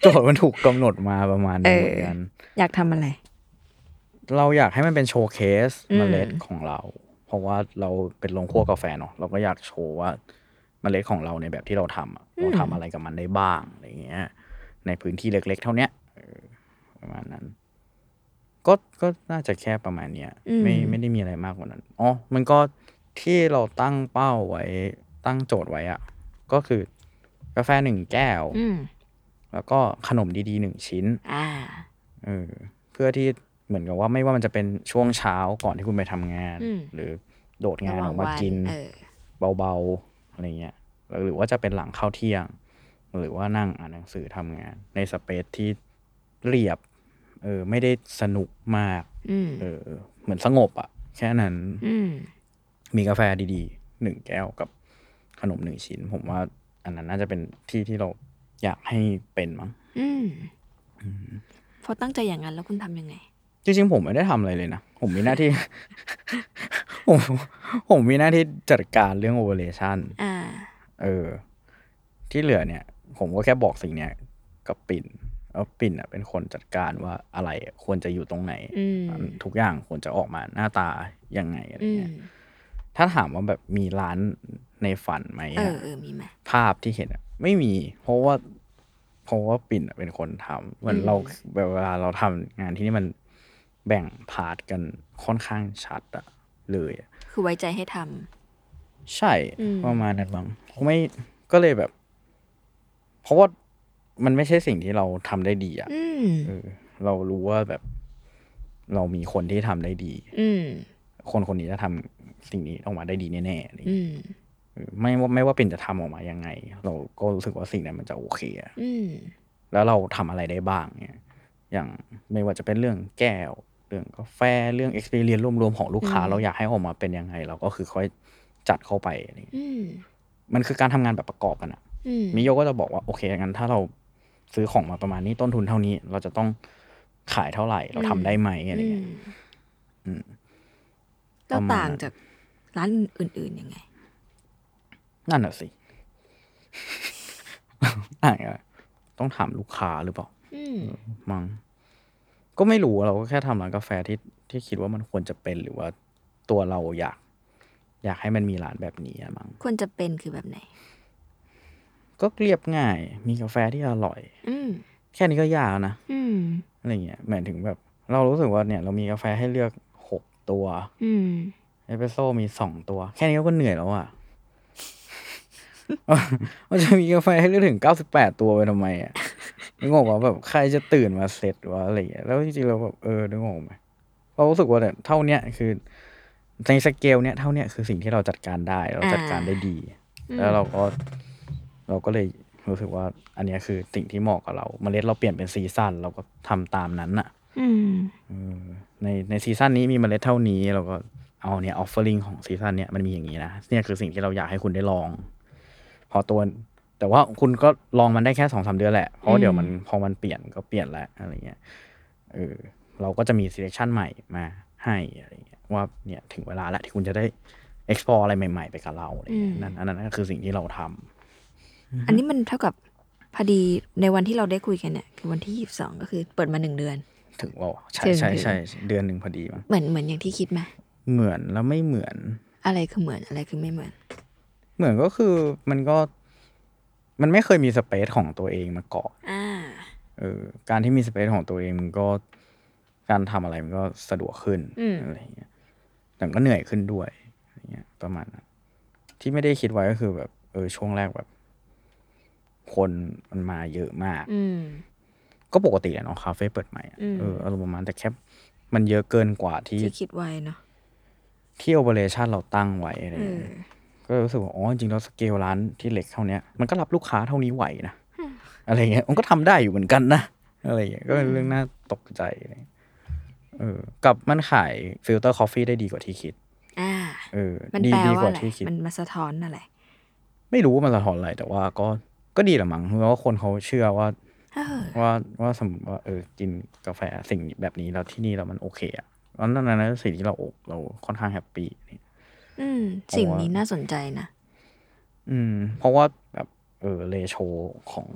Speaker 3: โจทย์มันถูกกำหนดมาประมาณนึงเหมือนกัน
Speaker 2: อยากทำอะไร
Speaker 3: เราอยากให้มันเป็นโชว์เคส
Speaker 2: อืม
Speaker 3: เมล็ดของเรา เพราะว่าเราเป็นโรงคั่วกาแฟเนาะเราก็อยากโชว์ว่าเมล็ดของเราในแบบที่เราทำอะเราทำอะไรกับมันได้บ้างอะไรเงี้ย ในพื้นที่เล็กๆ เท่าเนี้ยเออประมาณนั้น ก็ก็น่าจะแค่ประมาณเนี้ย
Speaker 2: อืม
Speaker 3: ไม่ไม่ได้มีอะไรมากกว่านั้นอ๋อมันก็ที่เราตั้งเป้าไว้ ตั้งโจทย์ไว้อะก็คือกาแฟหนึ่งแก้ว
Speaker 2: อืม
Speaker 3: แล้วก็ขนมดีๆหนึ่งชิ้น
Speaker 2: อ่า
Speaker 3: เออเพื่อที่เหมือนกับว่าไม่ว่ามันจะเป็นช่วงเช้าก่อนที่คุณไปทำงาน
Speaker 2: อืม
Speaker 3: หรือโดดงาน
Speaker 2: ระห
Speaker 3: อ
Speaker 2: ว่
Speaker 3: อกมา
Speaker 2: วั
Speaker 3: กิน
Speaker 2: เออ
Speaker 3: เบาๆอะไรเงี้ยแล้วหรือว่าจะเป็นหลังเข้าวเที่ยง หรือว่านั่งอ่านหนังสือทำงาน ในสเปซที่เรียบเออไม่ได้สนุกมาก
Speaker 2: อืม
Speaker 3: เออเหมือนสงบอะ่ะ แค่นั้น
Speaker 2: อืม
Speaker 3: มีกาแฟดีๆหนึ่งแก้วกับขนมหนึ่งชิ้น ผมว่าอันนั้นน่าจะเป็นที่ที่เราอยากให้เป็นมั้ง
Speaker 2: อืมพอตั้งใจอย่างนั้นแล้วคุณทำยังไง
Speaker 3: จริงๆผมไม่ได้ทำอะไรเลยนะ ผมมีหน้าที่ ผมผมมีหน้าที่จัดการเรื่องโอเปอเรชัน
Speaker 2: อ่า
Speaker 3: เออ ที่เหลือเนี่ย ผมก็แค่บอกสิ่งเนี้ยกับปิ่นแล้วปิ่นอ่ะเป็นคนจัดการว่าอะไรควรจะอยู่ตรงไหน
Speaker 2: อืม
Speaker 3: ทุกอย่างควรจะออกมาหน้าตายังไงอะไร
Speaker 2: อืม
Speaker 3: เงี้ยถ้าถามว่าแบบมีร้านในฝันไหม
Speaker 2: เอ
Speaker 3: อะ
Speaker 2: อเออมีไหม
Speaker 3: ภาพที่เห็นอะไม่มี เพราะว่า เพราะว่าปิ่นอะเป็นคนทำเหมือน
Speaker 2: อืม
Speaker 3: เราแบบเวลาเราทำงานที่นี่มันแบ่งพาร์ทกันค่อนข้างชัดอะเลยอะ
Speaker 2: คือไว้ใจให้ท
Speaker 3: ใช่
Speaker 2: อืม
Speaker 3: ประมาณนั้นบ้างไม่ก็เลยแบบ เพราะว่ามันไม่ใช่สิ่งที่เราทำได้ดีอะ
Speaker 2: ำอืม
Speaker 3: เออ เรารู้ว่าแบบ เรามีคนที่ทำได้ดี
Speaker 2: อืม
Speaker 3: คนคนนี้จะทำสิ่งนี้ออกมาได้ดีแน่ๆอะไรอย่าง
Speaker 2: อื
Speaker 3: เงี้ย
Speaker 2: ม
Speaker 3: เอ ไม่ว่าไม่ว่าเป็นจะทำออกมายังไง เราก็รู้สึกว่าสิ่งนั้นมันจะโอเคอะ
Speaker 2: อืม
Speaker 3: แล้วเราทำอะไรได้บ้างเนี่ย อย่างไม่ว่าจะเป็นเรื่องแก้ว เรื่องกาแฟ เรื่อง experience รวมๆ ของลูกค้า
Speaker 2: อืม
Speaker 3: เราอยากให้ออกมาเป็นยังไง เราก็คือค่อยจัดเข้าไปอะไรอย่างเงี้ย
Speaker 2: อืม
Speaker 3: มันคือการทำงานแบบประกอบกันอะ
Speaker 2: อืม
Speaker 3: มิโยก็จะบอกว่าโอเคงั้นถ้าเราซื้อของมาประมาณนี้ต้นทุนเท่านี้ เราจะต้องขายเท่าไหร่ เราทำได้ไหมอะไรเงี้ย
Speaker 2: ม
Speaker 3: อืม
Speaker 2: แล้ว
Speaker 3: ประมาณ
Speaker 2: ต่างจากร้านอื่นๆยังไง
Speaker 3: นั่นน่ะสิ อ่ะต้องถามลูกค้าหรือเปล่า
Speaker 2: อืม
Speaker 3: มั้งก็ไม่รู้เราก็แค่ทำร้านกาแฟที่ที่คิดว่ามันควรจะเป็นหรือว่าตัวเราอยาก อยากให้มันมีร้านแบบนี้อะมั้ง
Speaker 2: ควรจะเป็นคือแบบไหน
Speaker 3: ก็เรียบง่าย มีกาแฟที่อร่อย
Speaker 2: อืม
Speaker 3: แค่นี้ก็ยากแล้วนะ
Speaker 2: อืม
Speaker 3: อะไรเงี้ยหมายถึงแบบ เรารู้สึกว่าเนี่ย เรามีกาแฟให้เลือกหกตัว
Speaker 2: อืม
Speaker 3: เอสเปรสโซ่มีสองตัว แค่นี้ก็เหนื่อยแล้วอะ มันจะมีกาแฟให้เลือกถึงเก้าสิบแปดตัวไปทำไมอะนึกออกว่าแบบใครจะตื่นมาเสร็จวะอะไรอย่างเงี้ยแล้วจริงๆเราแบบเออนึกออกไหมเรารู้สึกว่าเนี่ยเท่าเนี้ยคือในสเกลเนี้ยเท่าเนี้ยคือสิ่งที่เราจัดการได้เราจัดการได้ดี
Speaker 2: อ่า
Speaker 3: แล้วเราก็เราก็เลยรู้สึกว่า อันเนี้ยคือสิ่งที่เหมาะกับเราเมล็ดเราเปลี่ยนเป็นซีซันเราก็ทำตามนั้นอะ
Speaker 2: อืม
Speaker 3: เออในในซีซั่นนี้มีเมล็ดเท่านี้เราก็เอาเนี่ยออฟเฟอริงของซีซั่นเนี่ยมันมีอย่างนี้นะเนี่ยคือสิ่งที่เราอยากให้คุณได้ลอง พอตัวแต่ว่าคุณก็ลองมันได้แค่สองสามเดือนแหละ เพราะว่าเดี๋ยวมันพอมันเปลี่ยนก็เปลี่ยนแหละอะไรเงี้ยเออเราก็จะมี selection ใหม่มาให้อะไรเงี้ยว่าเนี่ยถึงเวลาแล้วที่คุณจะได้ explore อะไรใหม่ ๆ ไปกับเราอะไรเงี้ย
Speaker 2: อืม
Speaker 3: นั่นอันนั้นก็คือสิ่งที่เราทำ
Speaker 2: อันนี้มันเท่ากับพอดีในวันที่เราได้คุยกันเนี่ยคือวันที่ยี่สิบสองก็คือเปิดมาหนึ่งเดือน
Speaker 3: ถึงว่าวะใช่
Speaker 2: ถึง
Speaker 3: ใช่
Speaker 2: ถึง
Speaker 3: ใช่เดือนหนึ่งพอดีมั้ง
Speaker 2: เหมือนเหมือนอย่างที่คิดไหม
Speaker 3: เหมือนแล้วไม่เหมือน
Speaker 2: อะไรคือเหมือนอะไรคือไม่เหมือน
Speaker 3: เหมือนก็คือมันก็มันไม่เคยมีสเปซของตัวเองมาก่อน
Speaker 2: อ่า
Speaker 3: เออการที่มีสเปซของตัวเองมันก็การทำอะไรมันก็สะดวกขึ้น
Speaker 2: อืม
Speaker 3: อะไรอย่างเงี้ยแต่ก็เหนื่อยขึ้นด้วยอะไรเงี้ย ประมาณนั้นที่ไม่ได้คิดไว้ก็คือแบบ เออช่วงแรกแบบ คนมันมาเยอะมาก
Speaker 2: อืม
Speaker 3: ก็ปกติแหละเนาะคาเฟ่เปิดใหม่อะ
Speaker 2: อืม
Speaker 3: เอออารมณ์ประมาณแต่แค่มันเยอะเกินกว่าที่
Speaker 2: ที่คิดไว้เนาะ
Speaker 3: ที่โอเปอเรชันเราตั้งไว้อะไร
Speaker 2: เอ
Speaker 3: อย่าง
Speaker 2: อ
Speaker 3: เงี้ย ก็รู้สึกว่าอ๋อจริงๆแล้วสเกลร้านที่เล็กเท่าเนี้ยมันก็รับลูกค้าเท่านี้ไหว นะอะไรเงี้ยมันก็ทำได้อยู่เหมือนกันนะอะไรเงี้ยก็เป็นเรื่องน่าตกใจอะไรเงี้ยเออกับมันขายฟิลเตอร์คอฟฟี่ได้ดีกว่าที่คิด
Speaker 2: อ่า
Speaker 3: เออ
Speaker 2: มัน
Speaker 3: ดี
Speaker 2: แปล
Speaker 3: ดี
Speaker 2: ว่าก อะ
Speaker 3: ว่า
Speaker 2: ไร
Speaker 3: ที่คิด
Speaker 2: มันมาสะท้อนอะไร
Speaker 3: ไม่รู้ว่ามันสะท้อนอะไรแต่ว่าก็ก็ดีแหละมั้งเพราะว่าคนเขาเชื่อว่า
Speaker 2: เออ
Speaker 3: ว่าว่าสมมติว่าเออกินกาแฟสิ่งแบบนี้แล้วที่นี่แล้วมันโอเคอ่ะอันนั้นอันนั้นสิ่งที่เราเราค่อนข้างแฮปปี้
Speaker 2: อืม สิ่งนี้น่าสนใจนะ
Speaker 3: อืม เพราะว่าแบบเออเลโชของ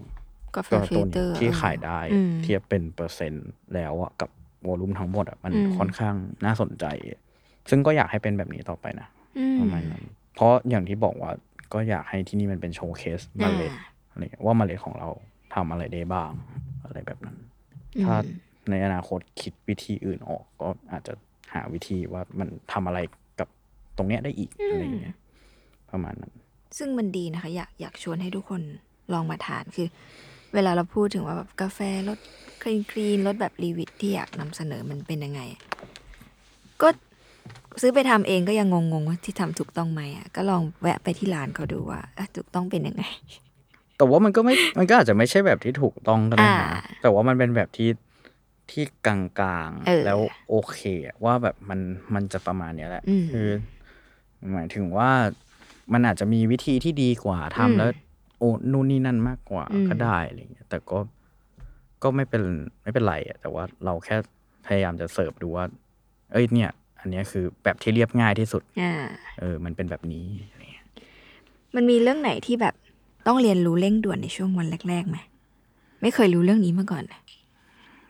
Speaker 2: กาแฟ
Speaker 3: ตัว
Speaker 2: ฟิ
Speaker 3: ตั
Speaker 2: ล
Speaker 3: ว
Speaker 2: เตอร์
Speaker 3: นี้ที่ขายได้
Speaker 2: อืม
Speaker 3: เทียบเป็นเปอร์เซ็นต์แล้วอะกับวอลลุ่มทั้งหมดอะมัน
Speaker 2: อืม
Speaker 3: ค่อนข้างน่าสนใจ ซึ่งก็อยากให้เป็นแบบนี้ต่อไปนะ
Speaker 2: อืม
Speaker 3: ประมาณนั้นเพราะอย่างที่บอกว่าก็อยากให้ที่นี่มันเป็นโชว์เคสเมล็ด
Speaker 2: อ่า
Speaker 3: อะไรเงี้ยว่าเมล็ดของเราทำอะไรได้บ้าง อะไรแบบนั้น ถ้าในอนาคตคิดวิธีอื่นออก ก็อาจจะหาวิธีว่ามันทำอะไรกับตรงเนี้ยได้อีกอะไรเงี้ยประมาณนั้น
Speaker 2: ซึ่งมันดีนะคะ อยากอยากชวนให้ทุกคนลองมาทานคือ เวลาเราพูดถึงว่าแบบกาแฟรสคลีนคลีนรสแบบรีวิทที่อยากนำเสนอมันเป็นยังไง ก็ซื้อไปทำเองก็ยังงงๆว่าที่ทำถูกต้องไหมอ่ะก็ลองแวะไปที่ร้านเขาดูว่าเอ๊ะถูกต้องเป็นยังไง
Speaker 3: แต่ว่ามันก็ไม่ มันก็อาจจะไม่ใช่แบบที่ถูกต้องก็ได้นะ
Speaker 2: อ่า
Speaker 3: แต่ว่ามันเป็นแบบที่ที่กลาง
Speaker 2: เออ
Speaker 3: ๆ แล้วโอเคอะว่าแบบมันมันจะประมาณเนี้ยแหละ
Speaker 2: อืม
Speaker 3: คือ หมายถึงว่ามันอาจจะมีวิธีที่ดีกว่าทำ
Speaker 2: อืม
Speaker 3: แล้ว โอ้นู่นนี่นั่นมากกว่า
Speaker 2: อืม
Speaker 3: ก็ได้อะไรเงี้ยแต่ก็ก็ไม่เป็นไม่เป็นไรอะแต่ว่าเราแค่พยายามจะเสิร์ฟดูว่า เอ้ยเนี่ย อันเนี้ยคือแบบที่เรียบง่ายที่สุด
Speaker 2: อ่า
Speaker 3: เออ มันเป็นแบบนี้อะไรเงี้ย
Speaker 2: มันมีเรื่องไหนที่แบบต้องเรียนรู้เร่งด่วนในช่วงวันแรกๆไหมไม่เคยรู้เรื่องนี้มาก่อนนะ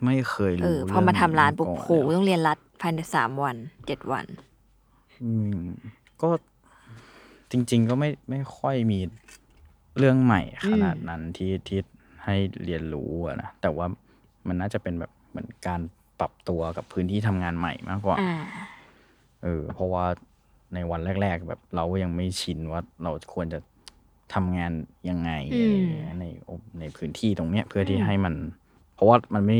Speaker 3: ไม่เคย
Speaker 2: เอ
Speaker 3: รู้
Speaker 2: อพอมาทำร้านปุ๊บ
Speaker 3: เอง
Speaker 2: โอ้
Speaker 3: ก่อ
Speaker 2: โห
Speaker 3: เลยอะ
Speaker 2: ต้องเรียนรัดภายในสามวันเจ็ดวัน
Speaker 3: อืมก็จริง ๆ ก็ไม่ไม่ค่อยมีเรื่องใหม่ขนาดนั้นที่ที่ให้เรียนรู้อะนะแต่ว่ามันน่าจะเป็นแบบเหมือนการปรับตัวกับพื้นที่ทำงานใหม่มากกว่า
Speaker 2: อ่า
Speaker 3: เออเพราะว่าในวันแรก ๆ แบบเราก็ยังไม่ชินว่าเราควรจะทำงานยังไง
Speaker 2: อื
Speaker 3: อะไร
Speaker 2: ม
Speaker 3: อย่างเงี้ยในในพื้นที่ตรงเนี้ยเพื่อที่ให้มัน เพราะว่ามันไม่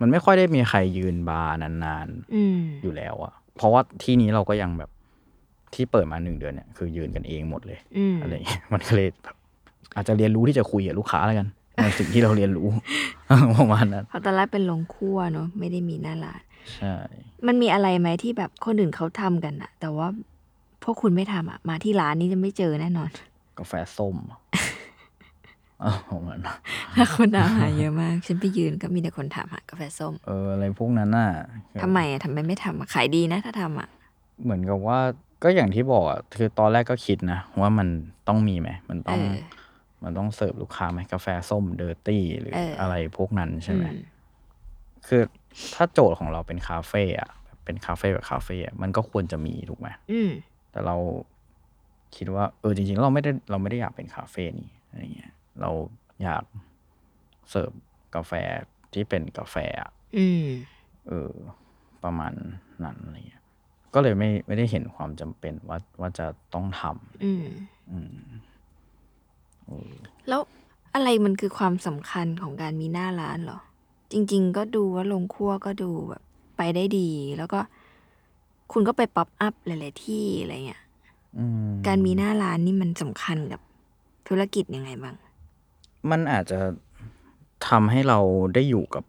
Speaker 3: มันไม่ค่อยได้มีใครยืนบาร์นานๆ
Speaker 2: อืม
Speaker 3: อยู่แล้วอะเพราะว่าที่นี้เราก็ยังแบบ ที่เปิดมาหนึ่งเดือนเนี่ยคือยืนกันเองหมดเลย
Speaker 2: อืม
Speaker 3: อะไรอย่างเงี้ย มันก็เลยแบบอาจจะเรียนรู้ที่จะคุยกับลูกค้าแล้ว กันในสิ่งที่เราเรียนรู้ ประมาณนั้น
Speaker 2: เพราะตอนแรกเป็นลงคั่วเนอะไม่ได้มีหน้าร้าน
Speaker 3: ใช่
Speaker 2: มันมีอะไรไหมที่แบบคนอื่นเขาทำกันอะแต่ว่าพวกคุณไม่ทำอะมาที่ร้านนี้จะไม่เจอแน่นอน
Speaker 3: กาแฟส้ม เออประมาณนั้น
Speaker 2: แล้วคนถามหาเยอะมาก ฉันไปยืนก็มีแต่คนถามหากาแฟส้ม
Speaker 3: เอออะไรพวกนั้นน่ะ
Speaker 2: ทำไมอะทำไมไม่ทำอะขายดีนะ ถ้าทำอะ
Speaker 3: เหมือนกับว่าก็อย่างที่บอกอ่ะคือตอนแรกก็คิดนะว่ามันต้องมีไหมมัน
Speaker 2: เอ
Speaker 3: ต้อง
Speaker 2: อ
Speaker 3: มันต้องเสิร์ฟลูกค้าไหมกาแฟส้มเดอร์ตี้หรือ
Speaker 2: เอออ
Speaker 3: อะไรพวกนั้นใช่ไหม
Speaker 2: อืม
Speaker 3: คือถ้าโจทย์ของเราเป็นคาเฟ่อะเป็นคาเฟ่แบบคาเฟ่อะมันก็ควรจะมีถูกไหม
Speaker 2: อืม
Speaker 3: แต่เราคิดว่า เออจริงๆ เราไม่ได้เราไม่ได้อยากเป็นคาเฟ่นี่อะไรเงี้ยเราอยากเสิร์ฟกาแฟที่เป็นกาแฟอะ
Speaker 2: อืม
Speaker 3: เออ ประมาณนั้นอะไรเงี้ยก็เลยไม่ไม่ได้เห็นความจำเป็นว่าว่าจะต้องทำ
Speaker 2: อืมแล้วอะไรมันคือความสำคัญของการมีหน้าร้านเหรอ จริง ๆ ก็ดูว่าลงครัวก็ดูแบบ ไปได้ดี แล้วก็ คุณก็ไปป๊อปอัพหลายๆที่อะไรเงี้ย
Speaker 3: อืม
Speaker 2: การมีหน้าร้านนี่มันสำคัญกับธุรกิจยังไงบ้าง
Speaker 3: มันอาจจะทำให้เราได้อยู่กับ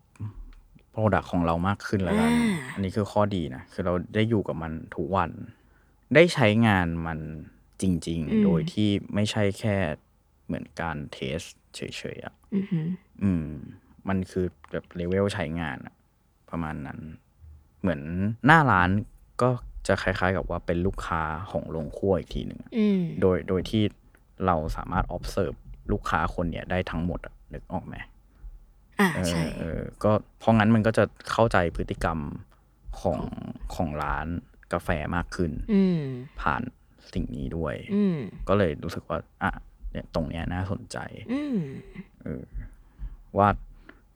Speaker 3: โปรดักของเรามากขึ้นแล้วกัน
Speaker 2: อ่า
Speaker 3: อันนี้คือข้อดีนะ คือเราได้อยู่กับมันทุกวัน ได้ใช้งานมันจริง ๆ โดยที่ไม่ใช่แค่เหมือนการเทสเฉยๆอะ
Speaker 2: อือหือ
Speaker 3: อืม มันคือแบบเลเวลใช้งานอะประมาณนั้น เหมือนหน้าร้านก็จะคล้าย ๆ กับว่าเป็นลูกค้าของโรงครัวอีกทีหนึ่งอะ
Speaker 2: อืม
Speaker 3: โดยโดยที่เราสามารถ observe ลูกค้าคนเนี่ยได้ทั้งหมดอะนึกออกไหม
Speaker 2: อ่า
Speaker 3: เออ
Speaker 2: ใช่
Speaker 3: เออก็เพราะงั้นมันก็จะเข้าใจพฤติกรรมของของร้านกาแฟมากขึ้น
Speaker 2: อืม
Speaker 3: ผ่านสิ่งนี้ด้วย
Speaker 2: อืม
Speaker 3: ก็เลยรู้สึกว่าอ่ะเนี่ยตรงเนี้ยน่าสนใจ
Speaker 2: อืม
Speaker 3: ว่า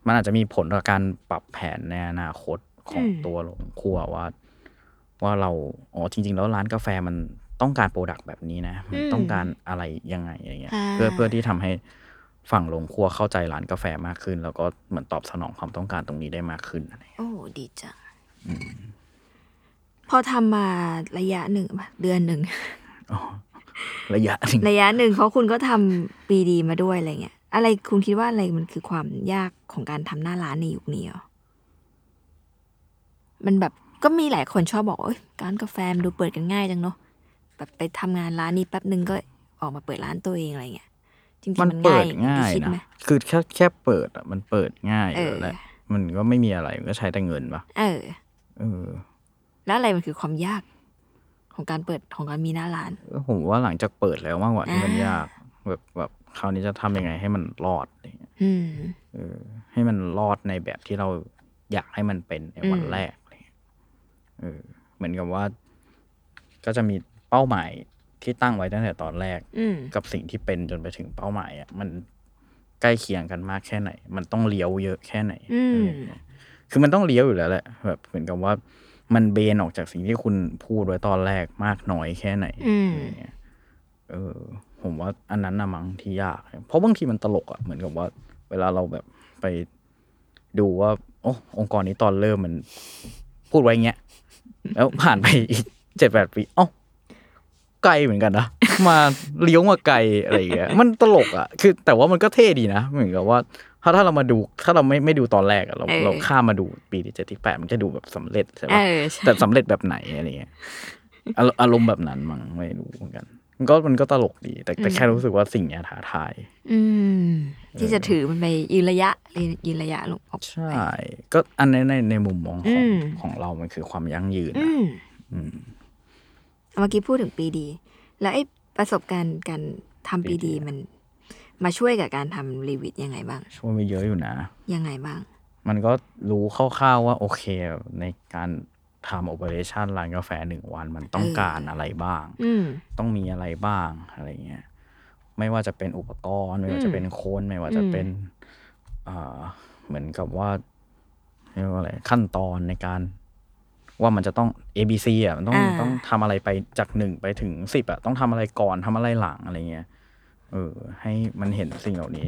Speaker 3: มันอาจจะมีผลต่อการปรับแผนในอนาคตของ
Speaker 2: อืม
Speaker 3: ตัวโรงครัวว่า ว่าเราอ๋อจริง ๆ แล้วร้านกาแฟมันต้องการโปรดักต์แบบนี้นะ มันต้องการอะไรยังไงอะไรเงี้ย
Speaker 2: อ่า
Speaker 3: เพื่อเพื่อที่ทำให้ฝั่งโรงครัวเข้าใจร้านกาแฟมากขึ้น แล้วก็เหมือนตอบสนองความต้องการตรงนี้ได้มากขึ้นอะไรเงี้ย
Speaker 2: โอ้ดีจังพอทำมาระยะหนึ่งป่ะเดือนหนึ่ง
Speaker 3: ระยะหนึ่ง
Speaker 2: ระยะหนึ่งเพราะคุณก็ทำปีดีมาด้วยอะไรเงี้ย อะไรคุณคิดว่าอะไรมันคือความยากของการทำหน้าร้านในยุคนี้เหรอมันแบบก็มีหลายคนชอบบอกว่าเอ้ยการกาแฟมันดูเปิดกันง่ายจังเนาะแบบไปทำงานร้านนี้แป๊บหนึ่งก็ออกมาเปิดร้านตัวเองอะไรเงี้ยจริงๆ
Speaker 3: มัน
Speaker 2: มัน
Speaker 3: เปิ
Speaker 2: ง่าย
Speaker 3: ด
Speaker 2: อย่างที่
Speaker 3: ง่าย
Speaker 2: คิดไหม
Speaker 3: นะคือแค่แค่เปิดอ่ะมันเปิดง่ายอยู่
Speaker 2: เออ
Speaker 3: แล้วแหละมันก็ไม่มีอะไรมันก็ใช้แต่เงินปะ
Speaker 2: เออ
Speaker 3: เออ
Speaker 2: แล้วอะไรมันคือความยากของการเปิดของการมีหน้าร้าน
Speaker 3: ผมว่าหลังจากเปิดแล้วมากกว่าที่มัน
Speaker 2: อ่าย
Speaker 3: ยากแบบแบบคราวนี้จะทำยังไงให้มันรอดอะไรเงี้ย
Speaker 2: อืม
Speaker 3: เออ ให้มันรอดในแบบที่เราอยากให้มันเป็นในวัน
Speaker 2: อืม
Speaker 3: แรกอะไรเงี้ยเออ เหมือนกับว่า ก็จะมีเป้าหมายที่ตั้งไว้ตั้งแต่ตอนแรก
Speaker 2: อืม
Speaker 3: กับสิ่งที่เป็นจนไปถึงเป้าหมายอ่ะมันใกล้เคียงกันมากแค่ไหน มันต้องเลี้ยวเยอะแค่ไหน
Speaker 2: อืม
Speaker 3: อะไรอย่างเงี้ยคือมันต้องเลี้ยวอยู่แล้วแหละแบบเหมือนกับว่า มันเบนออกจากสิ่งที่คุณพูดไว้ตอนแรกมากน้อยแค่ไหน
Speaker 2: อืม
Speaker 3: อะไรอย่างเงี้ยเออ ผมว่าอันนั้นนะมั้งที่ยาก เพราะบางทีมันตลกอ่ะเหมือนกับว่า เวลาเราแบบไปดูว่า โอ้องค์กรนี้ตอนเริ่มมันพูดไว้อย่างเงี้ย แล้วผ่านไปอีกเจ็ดแปดปีเอ้า ไกลเหมือนกันนะ มาเลี้ยวมาไกลอะไรอย่างเงี้ยมันตลกอ่ะคือ แต่ว่ามันก็เท่ดีนะเหมือนกับว่า ถ้าถ้าเรามาดูถ้าเราไม่ไม่ดูตอนแรกอะเรา
Speaker 2: เออ
Speaker 3: เราข้ามมาดูปีที่เจ็ดที่แปดมันจะดูแบบสำเร็จใช่
Speaker 2: เอ
Speaker 3: ปะ
Speaker 2: อใช่
Speaker 3: แต่สำเร็จแบบไหนอะไรเงี้ยอารอารมณ์แบบนั้นมั้งไม่รู้เหมือนกัน มันก็มันก็ตลกดี แต่แต่แค่รู้สึกว่าสิ่งเนี้ยท้าทาย
Speaker 2: อืม ที่จะถือมันไปยืนระยะยืนระยะลงออก
Speaker 3: ใช่ ก็อันในในในมุมมองของ
Speaker 2: อืม
Speaker 3: ของเรามันคือความยั่งยืน
Speaker 2: อื
Speaker 3: อะ
Speaker 2: มเมื่อกี้พูดถึงปีดี แล้วไอ้ประสบการณ์การทำปีดีมัน มาช่วยกับการทำรีวิทยังไงบ้าง
Speaker 3: ช่วยไปเยอะอยู่นะ
Speaker 2: ยังไงบ้าง
Speaker 3: มันก็รู้คร่าวๆว่าโอเค ในการทำโอเปอเรชันร้านกาแฟหนึ่งวันมันต้องการอะไรบ้าง
Speaker 2: อืม
Speaker 3: ต้องมีอะไรบ้างอะไรเงี้ยไม่ว่าจะเป็นอุปกรณ์ ไม่ว่าจะเป็นโค้นไม่ว่าจะเป็นเอ่อเหมือนกับว่าเรียกว่าอะไรขั้นตอนในการ ว่ามันจะต้อง A B C อ่ะมันต้อง
Speaker 2: อ่า
Speaker 3: ต้องทำอะไรไปจากหนึ่งไปถึงสิบอ่ะต้องทำอะไรก่อนทำอะไรหลังอะไรเงี้ยเออ ให้มันเห็นสิ่งเหล่านี้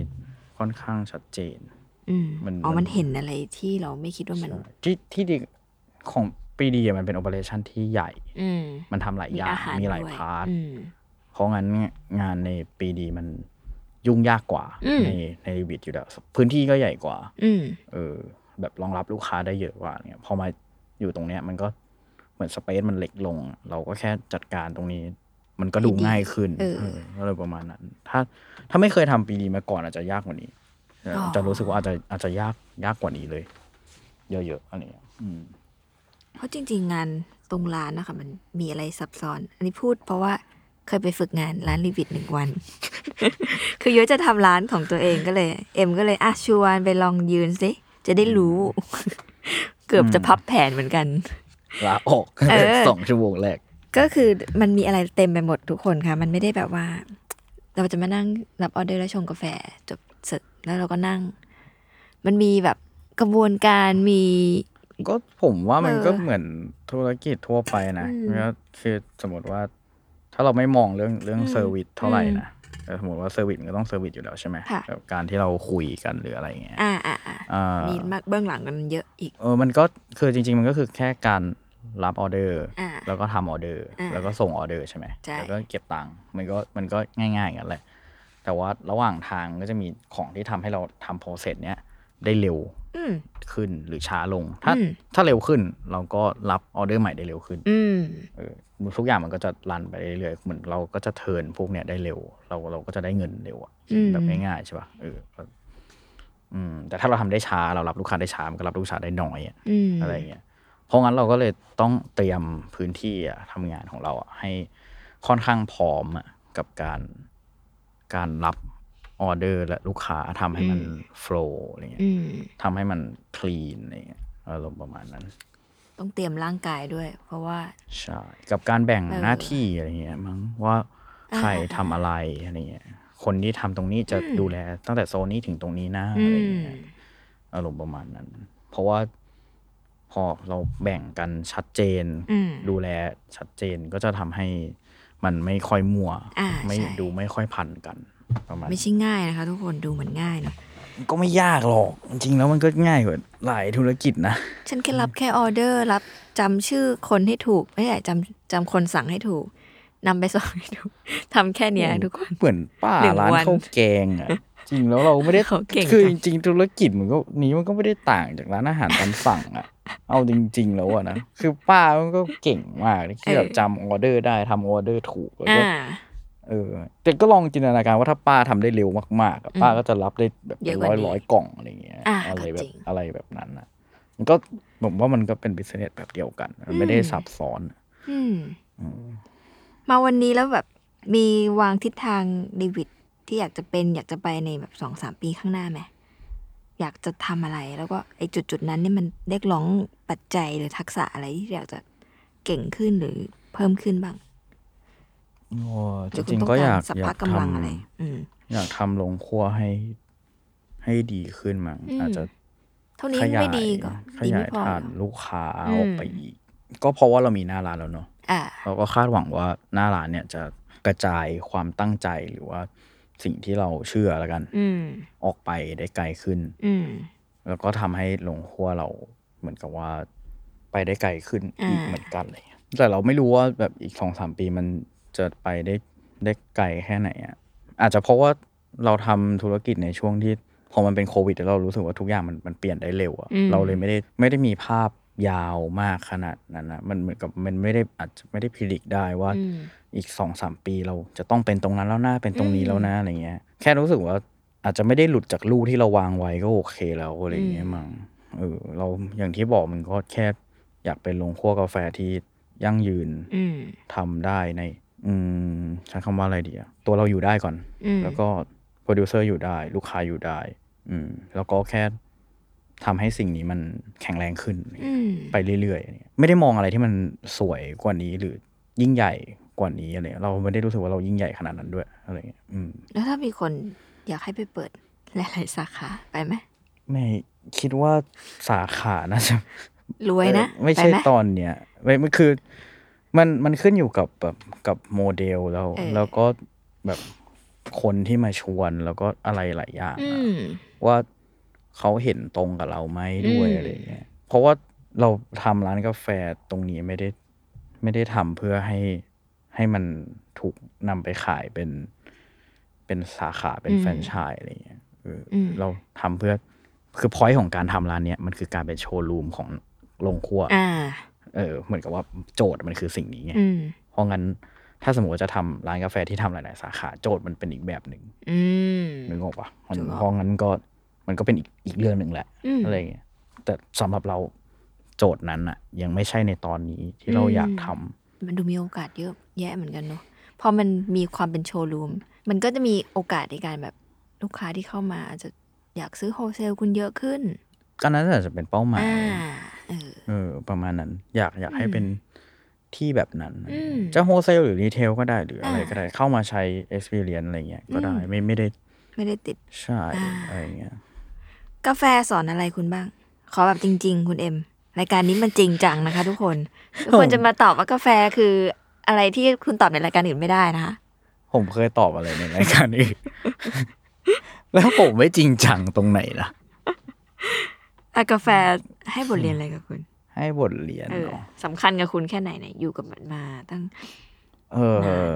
Speaker 3: ค่อนข้างชัดเจน
Speaker 2: อืม
Speaker 3: มัน
Speaker 2: อ๋อ
Speaker 3: มั
Speaker 2: มัน
Speaker 3: น
Speaker 2: เห็นอะไรที่เราไม่คิดว่ามัน
Speaker 3: ที่ที่ดีของ ปีดีมันเป็นโอเปอเรชันที่ใหญ่
Speaker 2: อืม
Speaker 3: มันทำหลาย
Speaker 2: มี
Speaker 3: อย่าง
Speaker 2: อาหาร
Speaker 3: มีหลาย
Speaker 2: ด้วย
Speaker 3: พาร์ท
Speaker 2: อืม
Speaker 3: เพราะงั้นงานในปีดีมันยุ่งยากกว่า
Speaker 2: อืม
Speaker 3: ในในรีวิทอยู่แล้ว พื้นที่ก็ใหญ่กว่า
Speaker 2: อืม
Speaker 3: เออแบบรองรับลูกค้าได้เยอะกว่าเนี่ยพอมาอยู่ตรงเนี้ยมันก็เหมือนสเปซมันเล็กลง เราก็แค่จัดการตรงนี้ มันก็ดู
Speaker 2: ให้ดี
Speaker 3: ง่ายขึ้น
Speaker 2: เออ
Speaker 3: เออก็เลยประมาณนั้น ถ้าถ้าไม่เคยทำปีดีมาก่อนอาจจะยากกว่านี้เออ
Speaker 2: อ๋อ
Speaker 3: อาจจะรู้สึกว่าอาจจะอาจจะยากยากกว่านี้เลย เยอะๆอันเนี้ยอืม
Speaker 2: เพราะจริง ๆ งานตรงร้านนะคะมันมีอะไรซับซ้อน อันนี้พูดเพราะว่าเคยไปฝึกงานร้านรีวิทหนึ่งวัน คือเยอะจะทำร้านของตัวเองก็เลย เอ็มก็เลยอ่ะชวนไปลองยืนสิจะได้รู้ เกือบจะพับแผนเหมือนกัน
Speaker 3: ลาออก
Speaker 2: เออ
Speaker 3: สองชั่วโมงแรก
Speaker 2: ก็คือมันมีอะไรเต็มไปหมดทุกคนค่ะ มันไม่ได้แบบว่า เราจะมานั่งรับออเดอร์แล้วชงกาแฟจบเสร็จแล้วเราก็นั่ง มันมีแบบกระบวนการมี
Speaker 3: ก็ผมว่ามัน
Speaker 2: เออ
Speaker 3: ก็เหมือนธุรกิจทั่วไปนะ
Speaker 2: อืม
Speaker 3: ก็คือสมมติว่า ถ้าเราไม่มองเรื่องเรื่อง
Speaker 2: อืม
Speaker 3: เซอร์วิสเท่าไหร่นะเออสมมติว่าเซอร์วิสมันก็ต้องเซอร์วิสอยู่แล้วใช่ไหม
Speaker 2: ค่ะ
Speaker 3: กับการที่เราคุยกันหรืออะไรเงี้ย
Speaker 2: อ่าอ่าอ่า
Speaker 3: อ่า
Speaker 2: มีมากเบื้องหลังกันเยอะอีก
Speaker 3: เออมันก็คือจริง ๆ มันก็คือแค่การรับออเดอร์
Speaker 2: อ่า
Speaker 3: แล้วก็ทำออเดอร์
Speaker 2: อ่า
Speaker 3: แล้วก็ส่งออเดอร์ใช่ไหม
Speaker 2: ใช่
Speaker 3: แล้วก็เก็บตังค์มันก็มันก็ง่ายๆอย่างนั้นแหละ แต่ว่าระหว่างทางก็จะมีของที่ทำให้เราทำโปรเซสเนี้ยได้เร็ว
Speaker 2: อืม
Speaker 3: ขึ้นหรือช้าลง ถ้า
Speaker 2: อืม
Speaker 3: ถ้าเร็วขึ้นเราก็รับออเดอร์ใหม่ได้เร็วขึ้น
Speaker 2: อืม
Speaker 3: เออทุกอย่างมันก็จะรันไปเรื่อยๆเหมือนเราก็จะเทิร์นพวกเนี้ยได้เร็ว เราเราก็จะได้เงินเร็วอะ
Speaker 2: อืม
Speaker 3: แบบง่ายๆใช่ป่ะเออแบบอืมแต่ถ้าเราทำได้ช้าเรารับลูกค้าได้ช้ามันก็รับลูกค้าได้น้อยอะ
Speaker 2: อืม
Speaker 3: อะไรเงี้ยเพราะงั้นเราก็เลยต้องเตรียมพื้นที่อะทำงานของเราอะให้ค่อนข้างพร้อมอะกับการการรับออเดอร์และลูกค้าทำให้มันโฟล์อะไรเงี้ย
Speaker 2: อืม
Speaker 3: ทำให้มันคลีนอะไรเงี้ยอารมณ์ประมาณนั้น
Speaker 2: ต้องเตรียมร่างกายด้วย เพราะว่า
Speaker 3: ใช่ กับการแบ่ง
Speaker 2: เออ
Speaker 3: หน้าที่อะไรเงี้ยมั้งว่าใครทำอะไรอะไรเงี้ยคนที่ทำตรงนี้จะ
Speaker 2: อืม
Speaker 3: ดูแลตั้งแต่โซนนี้ถึงตรงนี้นะ
Speaker 2: อื
Speaker 3: อะไร
Speaker 2: ม
Speaker 3: เงี้ยอารมณ์ประมาณนั้น เพราะว่าพอเราแบ่งกันชัดเจน
Speaker 2: อืม
Speaker 3: ดูแลชัดเจนก็จะทำให้มันไม่ค่อยมัว
Speaker 2: อ่า
Speaker 3: ไม่
Speaker 2: ใช่
Speaker 3: ดูไม่ค่อยพันกันประมาณ
Speaker 2: ไม่ใช่ง่ายนะคะ ทุกคนดูเหมือนง่ายเนอะ
Speaker 3: ก็ไม่ยากหรอก จริงๆแล้วมันก็ง่ายกว่าหลายธุรกิจนะ
Speaker 2: ฉันแค่รับแค่ออเดอร์ รับจำชื่อคนให้ถูก ไม่ใช่จำจำคนสั่งให้ถูกนำไปส่งให้ถูกทำแค่เนี้ยทุกคน
Speaker 3: เหมือนป้า
Speaker 2: หนึ่ง
Speaker 3: ร้าน
Speaker 2: วัน
Speaker 3: ข้าวแกง อ่ะ จริงแล้วเราไม่ได้
Speaker 2: เขาเก่ง
Speaker 3: คือ
Speaker 2: จัง
Speaker 3: จริงๆธุรกิจมันก็นี้มันก็ไม่ได้ต่างจากร้านอาหารตามสั่งอ่ะ เอาจริง ๆ แล้วอ่ะนะคือป้ามันก็เก่งมากที่แบบจำออเดอร์ได้ทำออเดอร์ถูกแล้ว
Speaker 2: อ่า
Speaker 3: ก็เออแต่ก็ลองจินตนาการว่าถ้าป้าทำได้เร็วมากๆอะ
Speaker 2: อืม
Speaker 3: ป้าก็จะรับได้แบบ
Speaker 2: เย
Speaker 3: เป็
Speaker 2: อะก
Speaker 3: น
Speaker 2: ว่า
Speaker 3: ร้อย
Speaker 2: นี้
Speaker 3: ร้อยกล่องอะไรอย่างเงี้ย
Speaker 2: อ่า
Speaker 3: อะไรแบ
Speaker 2: ก็จริ
Speaker 3: บ
Speaker 2: ง
Speaker 3: อะไรแบบนั้นอ่ะ มันก็ผมว่ามันก็เป็นบิสเนสแบบเดียวกันมันไม่ได้
Speaker 2: อืม
Speaker 3: ซับซ้อน
Speaker 2: อืม
Speaker 3: อืม
Speaker 2: มาวันนี้แล้วแบบมีวางทิศทางดีวิดที่อยากจะเป็นอยากจะไปในแบบสองสามปีข้างหน้าไหมอยากจะทำอะไรแล้วก็ไอ้จุดจุดๆนั้นเนี่ยมันเรียกร้องปัจจัยหรือทักษะอะไรที่อยากจะเก่งขึ้นหรือเพิ่มขึ้นบ้าง
Speaker 3: โอ้
Speaker 2: ห
Speaker 3: จ
Speaker 2: อคุณ
Speaker 3: ริง
Speaker 2: ต้
Speaker 3: ๆก็อยาก
Speaker 2: สัพ
Speaker 3: อยา
Speaker 2: พะ
Speaker 3: ก
Speaker 2: กำลัง
Speaker 3: ทำ
Speaker 2: อะไร อืม
Speaker 3: อยากทำลงครัวให้ให้ดีขึ้นมั้ง
Speaker 2: อืม
Speaker 3: อาจจะ
Speaker 2: เท่านี้
Speaker 3: ขยา
Speaker 2: ไม่
Speaker 3: ย
Speaker 2: ดีก่อน
Speaker 3: ข
Speaker 2: ดี
Speaker 3: ยา
Speaker 2: ไม่
Speaker 3: ย
Speaker 2: พอ
Speaker 3: ฐานลูกค้า
Speaker 2: อืม
Speaker 3: ออกไปอีก ก็เพราะว่าเรามีหน้าร้านแล้วเนาะ
Speaker 2: อ่า
Speaker 3: เราก็คาดหวังว่าหน้าร้านเนี่ยจะกระจายความตั้งใจหรือว่าสิ่งที่เราเชื่อแล้วกัน
Speaker 2: อืม
Speaker 3: ออกไปได้ไกลขึ้น
Speaker 2: อืม
Speaker 3: แล้วก็ทำให้ลงครัวเราเหมือนกับว่าไปได้ไกลขึ้นอีก
Speaker 2: อ่า
Speaker 3: เหมือนกันอะไรเลยแต่เราไม่รู้ว่าแบบอีกสองสามปีมันจะไปได้ได้ไกลแค่ไหนอ่ะอาจจะเพราะว่าเราทำธุรกิจในช่วงที่พอมันเป็นโควิดแล้วเรารู้สึกว่าทุกอย่างมันมันเปลี่ยนได้เร็วอ่ะ
Speaker 2: อืม
Speaker 3: เราเลยไม่ได้ไม่ได้มีภาพยาวมากขนาดนั้นนะมันเหมือนกับมันไม่ได้อาจจะไม่ได้พิจิตได้ว่า
Speaker 2: อืม
Speaker 3: อีกสองสามปีเราจะต้องเป็นตรงนั้นแล้วนะเป็นตรงนี้
Speaker 2: อืม
Speaker 3: แล้วนะอะไรเงี้ย แค่รู้สึกว่าอาจจะไม่ได้หลุดจากลู่ที่เราวางไว้ก็โอเคแล้วอะไรเงี้ย
Speaker 2: อืม
Speaker 3: มั้งเออเราอย่างที่บอกมันก็แค่อยากเป็นโรงคั่วกาแฟที่ยั่งยืน
Speaker 2: อืม
Speaker 3: ทำได้ใน อืมใช้คำว่าอะไรดีอะตัวเราอยู่ได้ก่อน
Speaker 2: อืม
Speaker 3: แล้วก็โปรดิวเซอร์อยู่ได้ ลูกค้าอยู่ได้ อืม แล้วก็แค่ทำให้สิ่งนี้มันแข็งแรงขึ้น
Speaker 2: อืม
Speaker 3: ไปเรื่อยๆอะไรเงี้ยไม่ได้มองอะไรที่มันสวยกว่านี้หรือยิ่งใหญ่กว่านี้อะไรเงี้ยเราไม่ได้รู้สึกว่าเรายิ่งใหญ่ขนาดนั้นด้วยอะไรเงี้ยอืม
Speaker 2: แล้วถ้ามีคนอยากให้ไปเปิดหลายๆสาขาไปไหม
Speaker 3: ไม่คิดว่าสาขาน่าจะ
Speaker 2: รวยนะ
Speaker 3: เออไม่
Speaker 2: ป
Speaker 3: ใช่
Speaker 2: ห
Speaker 3: ตอนเนี้ยไม่มันคือ มันมันขึ้นอยู่กับแบบกับโมเดลแล้ว
Speaker 2: เออ
Speaker 3: แล้วก็แบบคนที่มาชวนแล้วก็อะไรหลายอย่าง
Speaker 2: อื
Speaker 3: อะ
Speaker 2: ม
Speaker 3: ว่าเขาเห็นตรงกับเราไหมด้วย
Speaker 2: อืม
Speaker 3: อะไรเงี้ย เพราะว่า เราทำร้านกาแฟตรงนี้ไม่ได้ไม่ได้ทำเพื่อให้ให้มันถูกนำไปขายเป็น เป็นสาขาเป็น
Speaker 2: อืม
Speaker 3: แฟรนไชส์อะไรอย่างเงี้ยเอออ
Speaker 2: ม
Speaker 3: เราทำเพื่อคือพอยต์ของการทำร้านเนี้ยมันคือการเป็นโชว์รูมของโรงครัว
Speaker 2: อ่า
Speaker 3: เออเหมือนกับว่าโจทย์มันคือสิ่งนี้ไง
Speaker 2: อืม
Speaker 3: เพราะงั้นถ้าสมมติว่าจะทำร้านกาแฟที่ทำหลาย ๆ สาขาโจทย์มันเป็นอีกแบบหนึ่ง
Speaker 2: อืม
Speaker 3: นึกออกปะมัน
Speaker 2: ถูก
Speaker 3: เพราะงั้นก็มันก็เป็นอีกอีกเรื่องหนึ่งแหละ
Speaker 2: อืม
Speaker 3: อะไรอย่างเงี้ยแต่สำหรับเราโจทย์นั้นอะยังไม่ใช่ในตอนนี้ที่เรา
Speaker 2: อืม
Speaker 3: อยากทำ
Speaker 2: มันดูมีโอกาสเยอะแยะเหมือนกันเนอะพอมันมีความเป็นโชว์รูม มันก็จะมีโอกาสในการแบบลูกค้าที่เข้ามาอาจจะอยากซื้อโฮลเซลคุณเยอะขึ้น
Speaker 3: ก็นั้นอาจจะเป็นเป้าหมาย
Speaker 2: อ่า เออ
Speaker 3: เออประมาณนั้น อยากอยากให้
Speaker 2: อืม
Speaker 3: เป็นที่แบบนั้น
Speaker 2: อืม
Speaker 3: จะโฮเซลหรือรีเทลก็ได้หรืออะไร
Speaker 2: อ่า
Speaker 3: ก็ได้เข้ามาใช้ experience อะไรเงี้ยก็ได้
Speaker 2: อืม
Speaker 3: ไม่ไม่ได้
Speaker 2: ไม่ได้ติด
Speaker 3: ใช่
Speaker 2: อ่า
Speaker 3: อะไรเงี้ย
Speaker 2: กาแฟสอนอะไรคุณบ้าง ขอแบบจริง ๆ คุณเอ็ม รายการนี้มันจริงจังนะคะ ทุกคน ทุกคนจะมาตอบว่ากาแฟคืออะไรที่คุณตอบในรายการอื่นไม่ได้นะคะ
Speaker 3: ผมเคยตอบอะไรในรายการอื่น แล้วผมไม่จริงจังตรงไหนล่ะ
Speaker 2: อ่ะกาแฟให้บทเรียนอะไรกับคุณ
Speaker 3: ให้บทเรียน
Speaker 2: เออ
Speaker 3: เนาะ
Speaker 2: สำคัญกับคุณแค่ไหนเนี่ยอยู่กับมันมาตั้ง
Speaker 3: เออ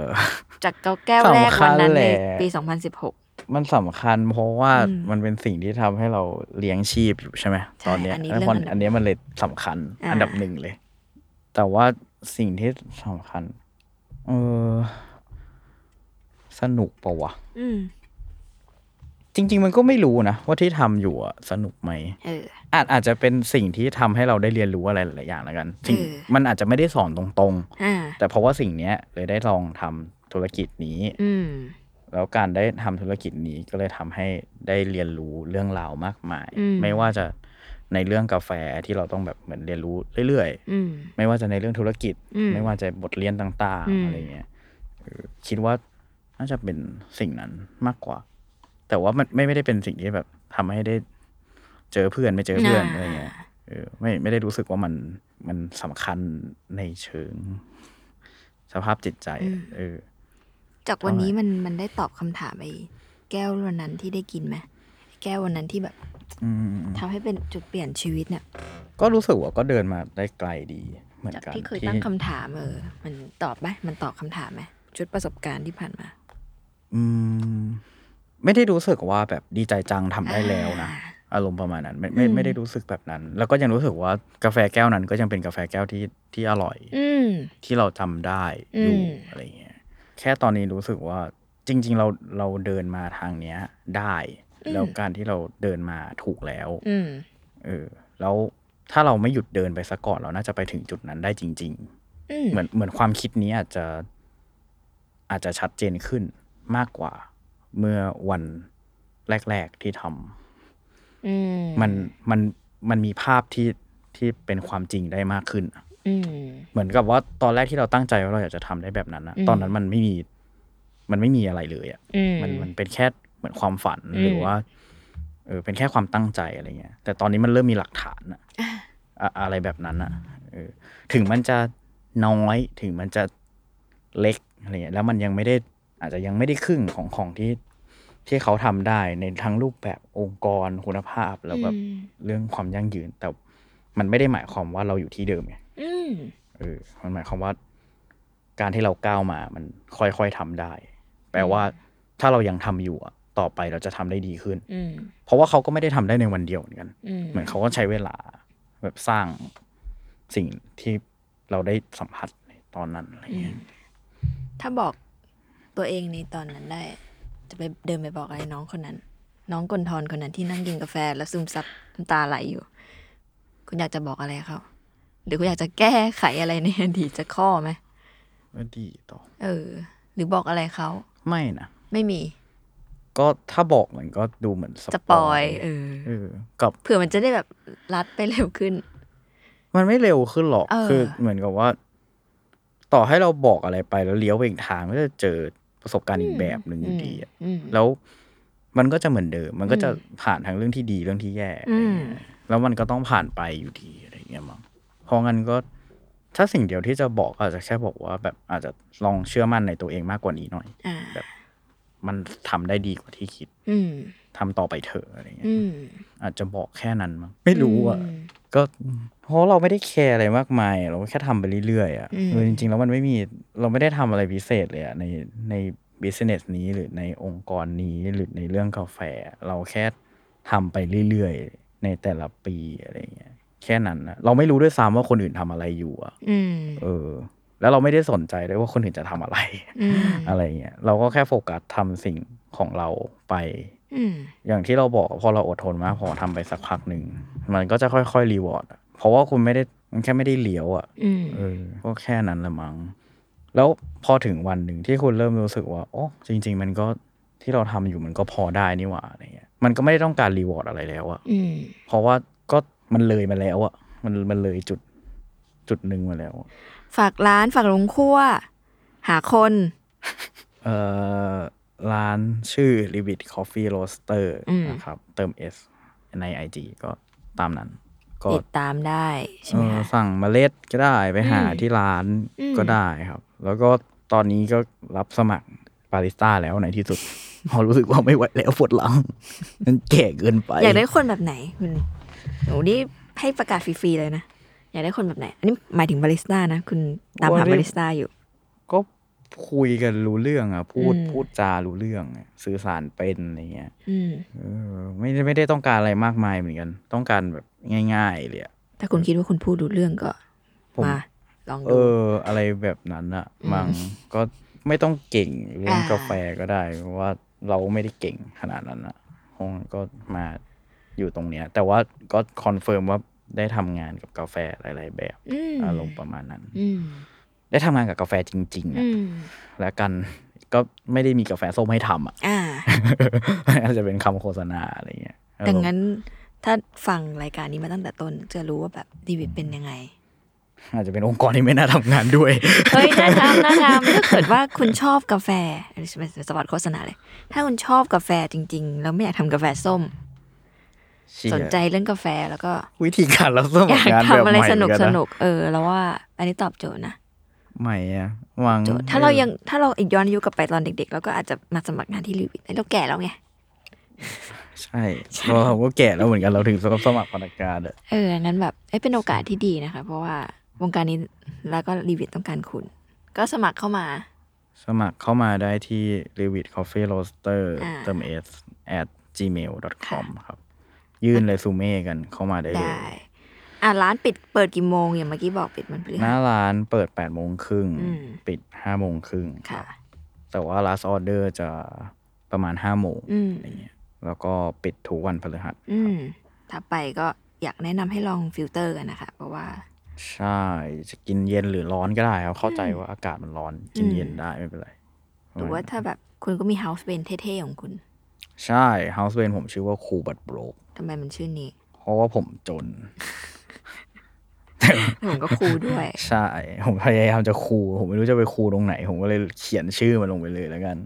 Speaker 2: จากแก้วแรกวันนั้นใน
Speaker 3: สำคัญแหละ
Speaker 2: ปี 2016
Speaker 3: มันสำคัญเพราะว่า
Speaker 2: อืม
Speaker 3: มันเป็นสิ่งที่ทำให้เราเลี้ยงชีพอยู่ใช่ไหม
Speaker 2: ใช่
Speaker 3: ตอนเนี้ย
Speaker 2: อันนี้
Speaker 3: แล้ว
Speaker 2: เรื่อง
Speaker 3: มัน
Speaker 2: อันดับ
Speaker 3: อันเนี้ยมันเลยสำคัญ
Speaker 2: อ่า
Speaker 3: อันดับหนึ่งเลย แต่ว่าสิ่งที่สำคัญ เออ สนุกปะวะ
Speaker 2: อืม
Speaker 3: จริง ๆ มันก็ไม่รู้นะว่าที่ทำอยู่อะสนุกไหม
Speaker 2: เออ
Speaker 3: อาจอาจจะเป็นสิ่งที่ทำให้เราได้เรียนรู้อะไรหลายๆอย่างแล้วกันสิ่ง
Speaker 2: เออ
Speaker 3: มันอาจจะไม่ได้สอนตรงๆ
Speaker 2: อ่า
Speaker 3: แต่เพราะว่าสิ่งเนี้ยเลยได้ลองทำธุรกิจนี้
Speaker 2: อืม
Speaker 3: แล้วการได้ทำธุรกิจนี้ก็เลยทำให้ได้เรียนรู้เรื่องราวมากมาย
Speaker 2: อืม
Speaker 3: ไม่ว่าจะในเรื่องกาแฟที่เราต้องแบบเหมือนเรียนรู้เรื่อย
Speaker 2: อืม
Speaker 3: ๆ ไม่ว่าจะในเรื่องธุรกิจ
Speaker 2: อืม
Speaker 3: ไม่ว่าจะบทเรียนต่าง
Speaker 2: อืม
Speaker 3: ๆอะไรเงี้ยเออคิดว่าน่าจะเป็นสิ่งนั้นมากกว่า แต่ว่ามันไม่ไม่ได้เป็นสิ่งที่แบบทำให้ได้เจอเพื่อนไม่เจอเพื่อนอะไรเงี้ยเออไม่ไม่ได้รู้สึกว่ามันมันสำคัญในเชิง สภาพจิตใจอะเออ
Speaker 2: จากวันนี้มันมันได้ตอบคำถามไอ้แก้ววันนั้นที่ได้กินไหมแก้ววันนั้นที่แบบ
Speaker 3: อืมอืม
Speaker 2: ทำให้เป็นจุดเปลี่ยนชีวิตเนี่ย
Speaker 3: ก็รู้สึกว่าก็เดินมาได้ไกลดีเหมือน
Speaker 2: จาก
Speaker 3: กัน
Speaker 2: ที่เคยตั้งคำถามเออ มันตอบไหมมันตอบคำถามไหมชุดประสบการณ์ที่ผ่านมา
Speaker 3: อืมไม่ได้รู้สึกว่าแบบดีใจจังทำได้แล้วนะ อารมณ์ประมาณนั้นไม่ไม่
Speaker 2: อืม
Speaker 3: ไม่ได้รู้สึกแบบนั้น แล้วก็ยังรู้สึกว่ากาแฟแก้วนั้นก็ยังเป็นกาแฟแก้วที่ที่อร่อย
Speaker 2: อืม
Speaker 3: ที่เราจำได้อยู่
Speaker 2: อืม
Speaker 3: อะไรเงี้ยแค่ตอนนี้รู้สึกว่าจริง ๆ เราเราเดินมาทางเนี้ยได้ แล้วการที่เราเดินมาถูกแล้ว
Speaker 2: อืม
Speaker 3: เออ แล้วถ้าเราไม่หยุดเดินไปซะก่อนเราน่าจะไปถึงจุดนั้นได้จริง ๆ
Speaker 2: อืม
Speaker 3: เหมือนเหมือนความคิดนี้อาจจะอาจจะชัดเจนขึ้นมากกว่า เมื่อวันแรก ๆที่ท
Speaker 2: อืม
Speaker 3: ำมันมันมันมีภาพที่ที่เป็นความจริงได้มากขึ้นอะ
Speaker 2: อืม
Speaker 3: เหมือนกับว่าตอนแรกที่เราตั้งใจว่าเราอยากจะทำได้แบบนั้นนะ
Speaker 2: อืม
Speaker 3: ตอนนั้นมันไม่มีมันไม่มีอะไรเลยอ่ะ
Speaker 2: อืม
Speaker 3: มันมันเป็นแค่เหมือนความฝัน
Speaker 2: อืม
Speaker 3: หรือว่าเออเป็นแค่ความตั้งใจอะไรเงี้ย แต่ตอนนี้มันเริ่มมีหลักฐานอะอะอะไรแบบนั้นอะเออ ถึงมันจะน้อยถึงมันจะเล็กอะไรเงี้ยแล้วมันยังไม่ได้อาจจะยังไม่ได้ครึ่งของของที่ที่เขาทำได้ในทั้งรูปแบบองค์กรคุณภาพแล้วแบบ
Speaker 2: อืม
Speaker 3: เรื่องความยั่งยืน แต่มันไม่ได้หมายความว่าเราอยู่ที่เดิมไง
Speaker 2: อืม
Speaker 3: เออมันหมายความว่า การที่เราก้าวมา มันค่อยๆทำได้ แปลว่าถ้าเรายังทำอยู่อะต่อไปเราจะทำได้ดีขึ้น
Speaker 2: อืม
Speaker 3: เพราะว่าเขาก็ไม่ได้ทำได้ในวันเดียวเหมือนกัน
Speaker 2: อืม
Speaker 3: เหมือนเขาก็ใช้เวลาแบบสร้างสิ่งที่เราได้สัมผัสในตอนนั้นอะไรเงี้ย
Speaker 2: ถ้าบอกตัวเองในตอนนั้นได้ จะไปเดินไปบอกอะไรน้องคนนั้น น้องกลทอนคนนั้นที่นั่งกินกาแฟแล้วซึมซับน้ำตาไหลอยู่ คุณอยากจะบอกอะไรเขาหรือคุณอยากจะแก้ไขอะไรในอดีตจะข้อไหม
Speaker 3: ก็ดีต่อ
Speaker 2: เออ หรือบอกอะไรเขา
Speaker 3: ไม่นะ
Speaker 2: ไม่มี
Speaker 3: ก็ถ้าบอกมันก็ดูเหมือน
Speaker 2: สปอยเออ
Speaker 3: เออกับ
Speaker 2: เผื่อมันจะได้แบบรัดไปเร็วขึ้น
Speaker 3: มันไม่เร็วขึ้นหรอก
Speaker 2: เออ
Speaker 3: คือเหมือนกับว่า ต่อให้เราบอกอะไรไปแล้วเลี้ยวไปอีกทางก็จะเจอประสบการณ์อีกแบบหนึ่งอยู่ดีอะ
Speaker 2: อืม
Speaker 3: แล้วมันก็จะเหมือนเดิม มันก็จะผ่านทั้งเรื่องที่ดีเรื่องที่แย่อะไรเงี้ย แล้วมันก็ต้องผ่านไปอยู่ดีอะไรเงี้ยมั้งเพราะงั้นก็ถ้าสิ่งเดียวที่จะบอกก็อาจจะแค่บอกว่า แบบอาจจะลองเชื่อมั่นในตัวเองมากกว่านี้หน่อย
Speaker 2: อ่า
Speaker 3: มันทำได้ดีกว่าที่คิด
Speaker 2: อืม
Speaker 3: ทำต่อไปเถอะอะไรเงี้ย
Speaker 2: อืม
Speaker 3: อาจจะบอกแค่นั้นมั้งไม่รู้อ่ะ ก็ ก็เพราะเราไม่ได้แคร์อะไรมากมาย เราก็แค่ทำไปเรื่อยๆอ่ะ
Speaker 2: อืม
Speaker 3: เออจริง ๆ แล้วมันไม่มีเราไม่ได้ทำอะไรพิเศษเลยอ่ะในในบิสเนสนี้หรือในองค์กรนี้หรือในเรื่องกาแฟ เราแค่ทำไปเรื่อยๆ ในแต่ละปีอะไรอย่างเงี้ยแค่นั้นนะเราไม่รู้ด้วยซ้ำว่าคนอื่นทำอะไรอยู่อ่ะ
Speaker 2: อืม
Speaker 3: เออ แล้วเราไม่ได้สนใจด้วยว่าคนอื่นจะทำอะไร
Speaker 2: อืม
Speaker 3: อะไรเงี้ยเราก็แค่โฟกัสทำสิ่งของเราไป
Speaker 2: อืม
Speaker 3: อย่างที่เราบอกพอเราอดทนมากพอทำไปสักพักหนึ่ง มันก็จะค่อยๆรีวอร์ดอะเพราะว่าคุณไม่ได้มันแค่ไม่ได้เลี้ยวอะ่ะ
Speaker 2: อืม
Speaker 3: เออก็แค่นั้นละมัง้งแล้วพอถึงวันหนึ่งที่คุณเริ่มรู้สึกว่าโอ้จริง ๆ มันก็ที่เราทำอยู่มันก็พอได้นี่หว่าอะไรเงี้ยมันก็ไม่ได้ต้องการรีวอร์ดอะไรแล้วอะ
Speaker 2: อืม
Speaker 3: เพราะว่าก็มันเลยมาแล้วอะมันมันเลยจุดจุดหนึ่งมาแล้วอะ
Speaker 2: ฝากร้านฝากลงครัว หาคน
Speaker 3: เออร้านชื่อ Ribbit Coffee Roaster นะครับเติม S ใน IG ก็ตามนั้นก็
Speaker 2: ติดตามได้ใช่ไหม
Speaker 3: เอ
Speaker 2: คะ
Speaker 3: อสั่งเมล็ดก็ได้ไปหาที่ร้าน
Speaker 2: อืม
Speaker 3: ก็ได้ครับ แล้วก็ตอนนี้ก็รับสมัครบาริสต้าแล้วในที่สุด พอรู้สึกว่าไม่ไหวแล้วปวดหลัง มันแก่เกินไป
Speaker 2: อยากได้คนแบบไหนคุณโอ้นี่ให้ประกาศฟรีๆเลยนะ อยากได้คนแบบไหน อันนี้หมายถึงบาริสต้านะ คุณตามหาบาริสต้าอยู่
Speaker 3: ก็คุยกันรู้เรื่องอ่ะ พูด
Speaker 2: อืม
Speaker 3: พูดจารู้เรื่องอะสื่อสารเป็นอะไรเงี้ย
Speaker 2: อืม
Speaker 3: เออไม่ได้ไม่ได้ต้องการอะไรมากมายเหมือนกัน ต้องการแบบง่าย ๆเลยอะ
Speaker 2: ถ้าคุณคิดว่าคุณพูดดูเรื่องก็
Speaker 3: ผม
Speaker 2: มาลอง
Speaker 3: เอ
Speaker 2: ดู
Speaker 3: อ อะไรแบบนั้นอะมังก็ไม่ต้องเก่งเรื่อง
Speaker 2: อ่าก
Speaker 3: กาแฟก็ได้ เพราะว่าเราไม่ได้เก่งขนาดนั้นอะคงก็มาอยู่ตรงเนี้ย แต่ว่าก็คอนเฟิร์มว่าได้ทำงานกับกาแฟหลาย ๆ แบบ
Speaker 2: อืม
Speaker 3: อารมณ์ประมาณนั้น
Speaker 2: อืม
Speaker 3: ได้ทำงานกับกาแฟจริงๆอะ
Speaker 2: อืม
Speaker 3: แล้วกันก็ไม่ได้มีกาแฟส้มให้ทำอะ
Speaker 2: อ่า
Speaker 3: อาจจะเป็นคำโฆษณาอะไรเงี้ย
Speaker 2: ดังนั้นถ้าฟังรายการนี้มาตั้งแต่ต้น จะรู้ว่าแบบดีวิดเป็นยังไง
Speaker 3: อาจจะเป็นองค์กรที่ไม่น่าทำงานด้วย
Speaker 2: เฮ้ย น่าทำน่าทำถ้าเกิดว่าคุณชอบกาแฟอันนี้เป็นสปอตโฆษณาเลย ถ้าคุณชอบกาแฟจริง ๆ แล้วไม่อยากทำกาแฟส้ม สนใจเรื่องกาแฟแล้วก็
Speaker 3: วิธีการรับส
Speaker 2: อ
Speaker 3: มัค
Speaker 2: ยาร ก
Speaker 3: งานแบบ
Speaker 2: ทำอะ
Speaker 3: ให
Speaker 2: ไร
Speaker 3: ม่
Speaker 2: สนุก
Speaker 3: เหมือ
Speaker 2: ส
Speaker 3: กัะ
Speaker 2: นุกเออ แล้วว่า อันนี้ตอบโจทย์นะ
Speaker 3: ใหม่อะมัง
Speaker 2: โจทย์ถ้าเรายังถ้าเราอีกย้อนอายุกลับไปตอนเด็กๆเราก็อาจจะมาสมัครงานที่ลิวิตเราแก่แล้วไง
Speaker 3: ใช่เพราะเราก็แก่แล้วเหมือนกันเราถึงสมัครพนักงานอะ
Speaker 2: เอออันนั้นแบบเอ้ยเป็นโอกาสที่ดีนะคะ เพราะว่าวงการนี้แล้วก็รีวิวต้องการคุณ ก็สมัครเข้ามา
Speaker 3: สมัครเข้ามาได้ที่ r e v i t Coffee Roaster
Speaker 2: อ่า
Speaker 3: เติม s at gmail
Speaker 2: ค่ะ
Speaker 3: com ครับ ยื่นเรซูเม่กันเข้ามาได้เล
Speaker 2: ได้
Speaker 3: ย
Speaker 2: อ่ะร้านปิดเปิดกี่โมงอย่างเมื่อกี้บอกปิดมันพฤ
Speaker 3: ห
Speaker 2: หั
Speaker 3: น้า
Speaker 2: ส
Speaker 3: ร้านเปิด8โมงครึ่ง
Speaker 2: อืม
Speaker 3: ปิด5โมงครึ่ง
Speaker 2: ค่ะ
Speaker 3: แต่ว่า last order จะประมาณ5โมง
Speaker 2: อืม
Speaker 3: อะไรเงี้ยแล้วก็ปิดทุกวันพฤหัส
Speaker 2: อืมถ้าไปก็อยากแนะนำให้ลองฟิลเตอร์กันนะคะ เพราะว่า
Speaker 3: ใช่ จะกินเย็นหรือร้อนก็ได้ครับเข้าใจว่าอากาศมันร้อนกินเย็นได้ไม่เป็นไร
Speaker 2: หรือว่าถ้าแบบคุณก็มีเฮาส์เบนเท่ๆของคุณ
Speaker 3: ใช่ House b a n ผมชื่อว่าคูบัตโบรก
Speaker 2: ทำไมมันชื่อนี้
Speaker 3: เพราะว่าผมจน
Speaker 2: แล้วผมก็คูลด้วย
Speaker 3: ใช่ ผมพยายามจะคูลผมไม่รู้จะไปคูลตรงไหน ผมก็เลยเขียนชื่อมันลงไปเลยแล้วกัน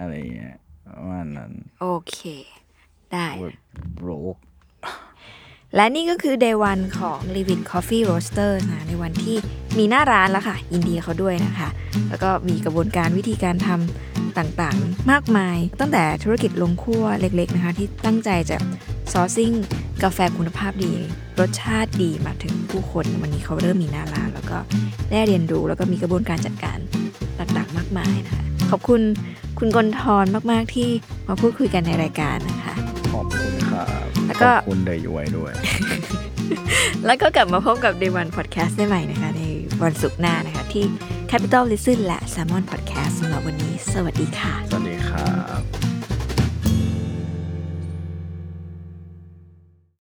Speaker 3: อะไรอย่างเงี้ยประมาณนั้น
Speaker 2: โอเค ได้
Speaker 3: โบรก
Speaker 2: และนี่ก็คือ day one ของ Livin Coffee Roaster นะในวันที่มีหน้าร้านแล้วค่ะยินดีเขาด้วยนะคะ แล้วก็มีกระบวนการวิธีการทำต่างๆ มากมาย ตั้งแต่ธุรกิจลงคั่วเล็กๆนะคะ ที่ตั้งใจจะซอร์ซิ่งกาแฟคุณภาพดี รสชาติดีมาถึงผู้คน วันนี้เขาเริ่มมีหน้าร้าน แล้วก็ได้เรียนรู้แล้วก็มีกระบวนการจัดการต่างๆ มากมายนะคะขอบคุณคุณกนทรมากๆที่มาพูดคุยกันในรายการนะคะ
Speaker 3: ขอบคุณครับ
Speaker 2: แล้วก็
Speaker 3: ขอบคุณเดย์ยวยด้วย
Speaker 2: แล้วก็กลับมาพบกับ Day One Podcast ได้ใหม่นะคะ ในวันศุกร์หน้านะคะที่ Capital Listen และ Salmon Podcast สำหรับวันนี้ สวัสดีค่ะ
Speaker 3: สวัสดีครับ